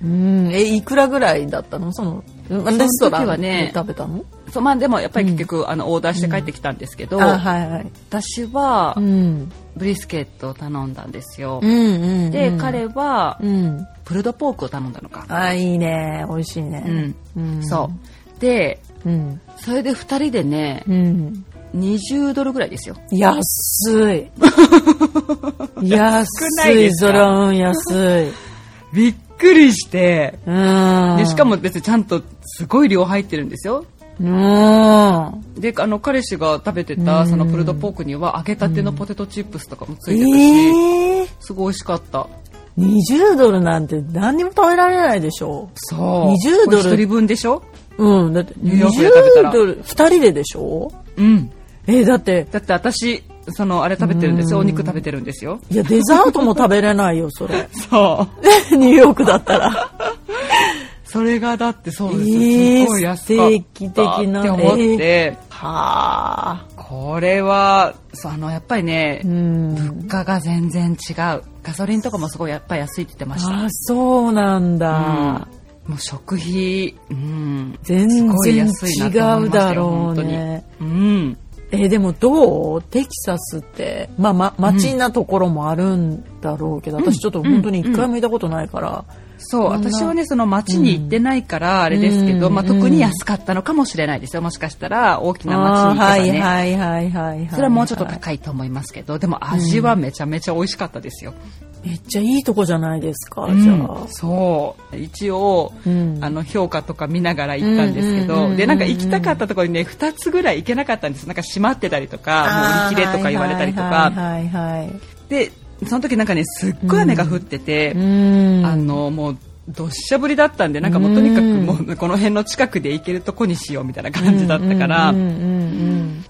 [SPEAKER 2] うん、え、いくらぐらいだったのその、レストランで食べたの
[SPEAKER 1] そうまあでもやっぱり結局、あのオーダーして帰ってきたんですけど、
[SPEAKER 2] あ、はいはい。
[SPEAKER 1] 私は
[SPEAKER 2] うん。
[SPEAKER 1] ブリスケットを頼んだんですよ
[SPEAKER 2] う、んうん。
[SPEAKER 1] で、彼は
[SPEAKER 2] うん。
[SPEAKER 1] プルドポークを頼んだのか、
[SPEAKER 2] あ、いいね。美味しいね。うん
[SPEAKER 1] そうで
[SPEAKER 2] う。うん。
[SPEAKER 1] それで2人でね
[SPEAKER 2] うん。
[SPEAKER 1] 20ドルぐらいですよ
[SPEAKER 2] 安 い。安
[SPEAKER 1] ない
[SPEAKER 2] い。
[SPEAKER 1] ですか
[SPEAKER 2] そら、うん、安い。
[SPEAKER 1] びっくりして
[SPEAKER 2] うん。
[SPEAKER 1] でしかも別にちゃんとすごい量入ってるんですよ
[SPEAKER 2] うん。
[SPEAKER 1] であの彼氏が食べて
[SPEAKER 2] う
[SPEAKER 1] た
[SPEAKER 2] ん
[SPEAKER 1] そのプルドポークには揚げたてのポテトチップスとかもついてたし、
[SPEAKER 2] ええ
[SPEAKER 1] すごい美味しかった
[SPEAKER 2] 20ドルなんて何にも食べられないでしょ
[SPEAKER 1] そう
[SPEAKER 2] 20ドル
[SPEAKER 1] これ一人分でしょ
[SPEAKER 2] うん、だって
[SPEAKER 1] ニューヨークで食べたら
[SPEAKER 2] 20ドル、二人ででしょ
[SPEAKER 1] うん
[SPEAKER 2] え、だって、
[SPEAKER 1] だって私そのあれ食べてるんですよお肉食べてるんですよ
[SPEAKER 2] いや、デザートも食べれないよ、それ。
[SPEAKER 1] そう
[SPEAKER 2] ニューヨークだったら。
[SPEAKER 1] それがだってそうです、
[SPEAKER 2] えー
[SPEAKER 1] すごい安かった
[SPEAKER 2] 素敵的な
[SPEAKER 1] って思って、
[SPEAKER 2] はあ。
[SPEAKER 1] これはそうあのやっぱりね、
[SPEAKER 2] うん。
[SPEAKER 1] 物価が全然違うガソリンとかもすごいやっぱり安いって言ってました
[SPEAKER 2] あ、そうなんだ。
[SPEAKER 1] うん、もう食費、うん、
[SPEAKER 2] 全
[SPEAKER 1] すごい
[SPEAKER 2] 然違
[SPEAKER 1] 安いなと思いうましたよ
[SPEAKER 2] だろ
[SPEAKER 1] 本
[SPEAKER 2] う
[SPEAKER 1] 当に
[SPEAKER 2] ね。
[SPEAKER 1] うん、
[SPEAKER 2] え、でもどうテキサスって、まあ、ま、街なところもあるんだろうけど、私ちょっと本当に一回も行ったことないから。
[SPEAKER 1] そう
[SPEAKER 2] そんな
[SPEAKER 1] 私はねその町に行ってないからあれですけど、
[SPEAKER 2] うん
[SPEAKER 1] まあ、特に安かったのかもしれないですよもしかしたら大きな町
[SPEAKER 2] あ
[SPEAKER 1] に行
[SPEAKER 2] ー
[SPEAKER 1] けば
[SPEAKER 2] は
[SPEAKER 1] ね、
[SPEAKER 2] いはいはいはいはい。
[SPEAKER 1] それはもうちょっと高いと思いますけどでも味はめちゃめちゃ美味しかったですよ、
[SPEAKER 2] めっちゃいいとこじゃないですか、じゃあ
[SPEAKER 1] うん。そう一応
[SPEAKER 2] うん
[SPEAKER 1] あの評価とか見ながら行ったんですけ
[SPEAKER 2] うんうんうんうんう
[SPEAKER 1] ど
[SPEAKER 2] ん
[SPEAKER 1] でなんか行きたかったところにね2つぐらい行けなかったんですなんか閉まってたりとかもう売り切れとか言われたりと
[SPEAKER 2] はい
[SPEAKER 1] か
[SPEAKER 2] はいはいはい
[SPEAKER 1] でその時なんかねすっごい雨が降ってて、
[SPEAKER 2] うん
[SPEAKER 1] あのもうどっしゃ降りだったんでなんかもうとにかく
[SPEAKER 2] うん
[SPEAKER 1] もうこの辺の近くで行けるとこにしようみたいな感じだったから、
[SPEAKER 2] うんうん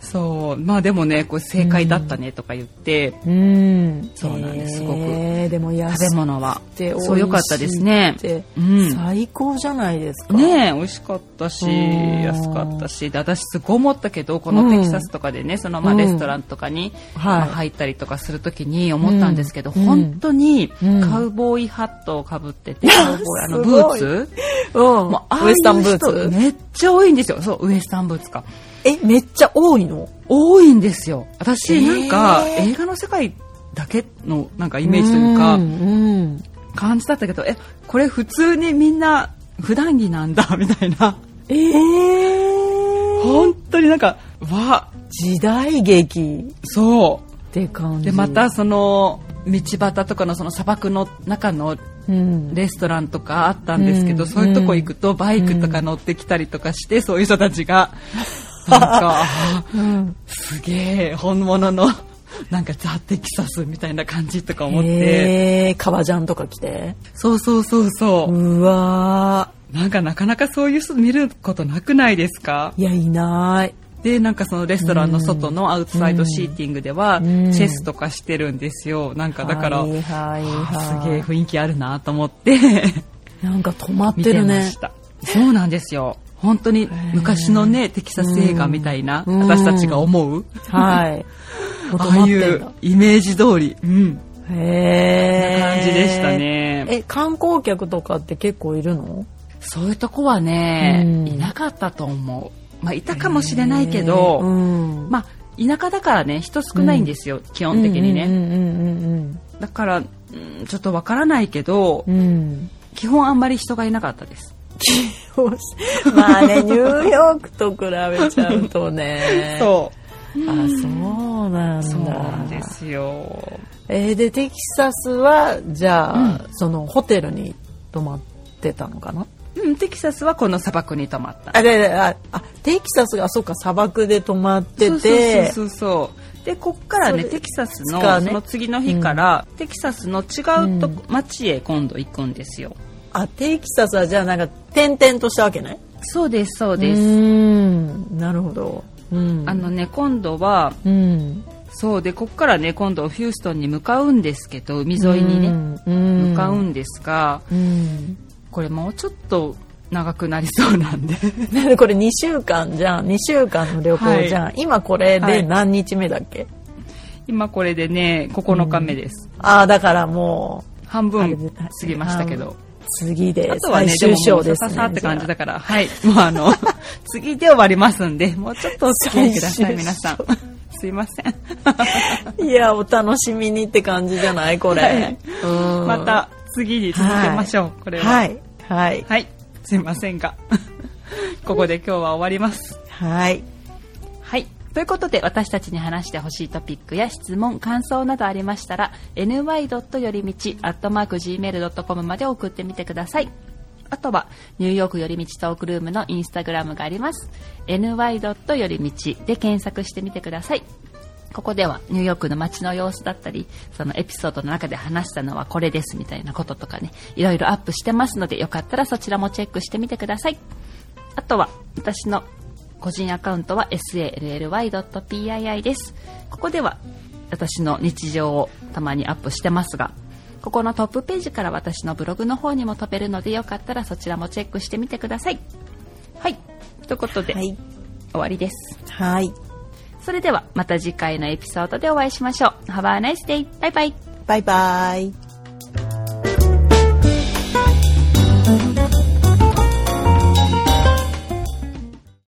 [SPEAKER 1] そうまあでもねこれ正解だったねとか言って、
[SPEAKER 2] うんうんうん
[SPEAKER 1] そうなんですすごく
[SPEAKER 2] えーでも安
[SPEAKER 1] 食べ
[SPEAKER 2] く
[SPEAKER 1] 物は
[SPEAKER 2] て美味しい
[SPEAKER 1] そう良かったですね
[SPEAKER 2] って
[SPEAKER 1] うん
[SPEAKER 2] 最高じゃないですか。
[SPEAKER 1] ねえ美味しかったし
[SPEAKER 2] うん
[SPEAKER 1] 安かったしで私すごい思ったけどこのテキサスとかでね、そのまあ
[SPEAKER 2] うん
[SPEAKER 1] レストランとかに、
[SPEAKER 2] はい
[SPEAKER 1] まあ入ったりとかするときに思ったんですけど、
[SPEAKER 2] うん
[SPEAKER 1] 本当に
[SPEAKER 2] うん
[SPEAKER 1] カウボーイハットをかぶってて、カウボーイあの
[SPEAKER 2] す
[SPEAKER 1] ブ
[SPEAKER 2] ご
[SPEAKER 1] ー
[SPEAKER 2] い
[SPEAKER 1] ツ
[SPEAKER 2] うん。
[SPEAKER 1] もうああ
[SPEAKER 2] ウエスタンブー
[SPEAKER 1] いう人
[SPEAKER 2] ツ。
[SPEAKER 1] めっちゃ多いんですよそうウエスタンブーツか
[SPEAKER 2] え、めっちゃ多いの
[SPEAKER 1] 多いんですよ私なんか、
[SPEAKER 2] えー
[SPEAKER 1] 映画の世界だけのなんかイメージというか、
[SPEAKER 2] うん。
[SPEAKER 1] 感じだったけどえこれ普通にみんな普段着なんだ みたいな
[SPEAKER 2] えー、
[SPEAKER 1] 本当になんかわ
[SPEAKER 2] 時代劇
[SPEAKER 1] そ
[SPEAKER 2] って感
[SPEAKER 1] う
[SPEAKER 2] じ。
[SPEAKER 1] でまた、その道端とかのその砂漠の中の
[SPEAKER 2] うん、
[SPEAKER 1] レストランとかあったんですけど、
[SPEAKER 2] うん
[SPEAKER 1] そういうとこ行くとバイクとか乗ってきたりとかして、そういう人たち がなんかあ
[SPEAKER 2] うん、
[SPEAKER 1] すげえ本物のなんかザ・テキサスみたいな感じとか思って、
[SPEAKER 2] えー、革ジャンとか着て。
[SPEAKER 1] そうそうそうそう、
[SPEAKER 2] うわ
[SPEAKER 1] なんかなかなかそういう人見ることなくないですか
[SPEAKER 2] ーいや、いない。
[SPEAKER 1] でなんかそのレストランの外のアウトサイドシーティングではチ
[SPEAKER 2] うん
[SPEAKER 1] ェスとかしてるんですよなんかだから、
[SPEAKER 2] はいはい
[SPEAKER 1] あ
[SPEAKER 2] はい。
[SPEAKER 1] すげえ雰囲気あるなと思って
[SPEAKER 2] なんか止まっ
[SPEAKER 1] 見
[SPEAKER 2] て
[SPEAKER 1] て
[SPEAKER 2] る
[SPEAKER 1] ま
[SPEAKER 2] ね
[SPEAKER 1] し。た、そうなんですよ本当に昔のねテキサス映画みたいな
[SPEAKER 2] うん
[SPEAKER 1] 私たちが思う
[SPEAKER 2] はい。もう止
[SPEAKER 1] あ
[SPEAKER 2] ま
[SPEAKER 1] あ
[SPEAKER 2] っ
[SPEAKER 1] い
[SPEAKER 2] てん
[SPEAKER 1] う
[SPEAKER 2] だ。
[SPEAKER 1] イメージ通り、うん、
[SPEAKER 2] へー。
[SPEAKER 1] 感じでした。ね、
[SPEAKER 2] え、観光客とかって結構いるの
[SPEAKER 1] そういうとこはね、
[SPEAKER 2] うん
[SPEAKER 1] いなかったと思う、まあ、いたかもしれないけど、
[SPEAKER 2] うん。
[SPEAKER 1] まあ田舎だからね人少ないんですよ、基本的にね、
[SPEAKER 2] うんうん
[SPEAKER 1] だから、うんちょっとわからないけど、
[SPEAKER 2] うんうんうん。
[SPEAKER 1] 基本あんまり人がいなかったです。
[SPEAKER 2] よしまあね、ニューヨークと比べちゃうとね。う。
[SPEAKER 1] そう。
[SPEAKER 2] あ、そうなんだ。
[SPEAKER 1] そうなんですよ。
[SPEAKER 2] えーで、テキサスは、じゃあ、
[SPEAKER 1] うん
[SPEAKER 2] そのホテルに泊まってたのかな
[SPEAKER 1] うん、テキサスはこの砂漠に泊まった。
[SPEAKER 2] あ、で、であ、あテキサスが、あそうか、砂漠で泊まってて、
[SPEAKER 1] そうそうそうそう。で、こっからね、
[SPEAKER 2] それ
[SPEAKER 1] テキサスの、
[SPEAKER 2] 使うね
[SPEAKER 1] その次の日から、テキサスの違うとこ、町へ今度行くんですよ。
[SPEAKER 2] あ、テキサスは、じゃあ、なんか、転々としたわけね。
[SPEAKER 1] そうです、そう
[SPEAKER 2] う
[SPEAKER 1] です。
[SPEAKER 2] ん、なるほど。うん。
[SPEAKER 1] あのね、今度は、
[SPEAKER 2] うん、
[SPEAKER 1] そうで、こっからね、今度ヒューストンに向かうんですけど、海沿いにね、
[SPEAKER 2] うん
[SPEAKER 1] 向かうんですが、
[SPEAKER 2] うん。
[SPEAKER 1] これもうちょっと長くなりそうなんで。
[SPEAKER 2] なんでこれ2週間じゃん2週間の旅行じゃん、今これで何日目だっけ、
[SPEAKER 1] 今これでね9日目です、
[SPEAKER 2] ああだからも
[SPEAKER 1] 半
[SPEAKER 2] う、あれ
[SPEAKER 1] 分
[SPEAKER 2] で
[SPEAKER 1] 過ぎましたけど
[SPEAKER 2] 次で
[SPEAKER 1] あとは
[SPEAKER 2] 最
[SPEAKER 1] ね
[SPEAKER 2] 終章です
[SPEAKER 1] さ
[SPEAKER 2] ね
[SPEAKER 1] さって感じだからはいもうあの 次で終わりますんでもうちょっとお付き合いください
[SPEAKER 2] 最終章
[SPEAKER 1] 皆さんすいません
[SPEAKER 2] じゃあいやお楽しみにって感じじゃないこれ、
[SPEAKER 1] はい
[SPEAKER 2] うん
[SPEAKER 1] また次に続けましょう、これは、
[SPEAKER 2] はいいはい
[SPEAKER 1] はい、すいませんがここで今日は終わります
[SPEAKER 2] はい
[SPEAKER 1] はい。ということで、私たちに話してほしいトピックや質問、感想などありましたら、ny. よりみち、アットマーク gmail.com まで送ってみてください。あとは、ニューヨークよりみちトークルームのインスタグラムがあります。ny. よりみちで検索してみてください。ここではニューヨークの街の様子だったりそのエピソードの中で話したのはこれですみたいなこととかねいろいろアップしてますのでよかったらそちらもチェックしてみてくださいあとは私の個人アカウントは sally.pii ですここでは私の日常をたまにアップしてますがここのトップページから私のブログの方にも飛べるのでよかったらそちらもチェックしてみてくださいはいということで、
[SPEAKER 2] はい
[SPEAKER 1] 終わりです
[SPEAKER 2] はい
[SPEAKER 1] それではまた次回のエピソードでお会いしましょう。Have a nice day! バイバイ
[SPEAKER 2] バイバイ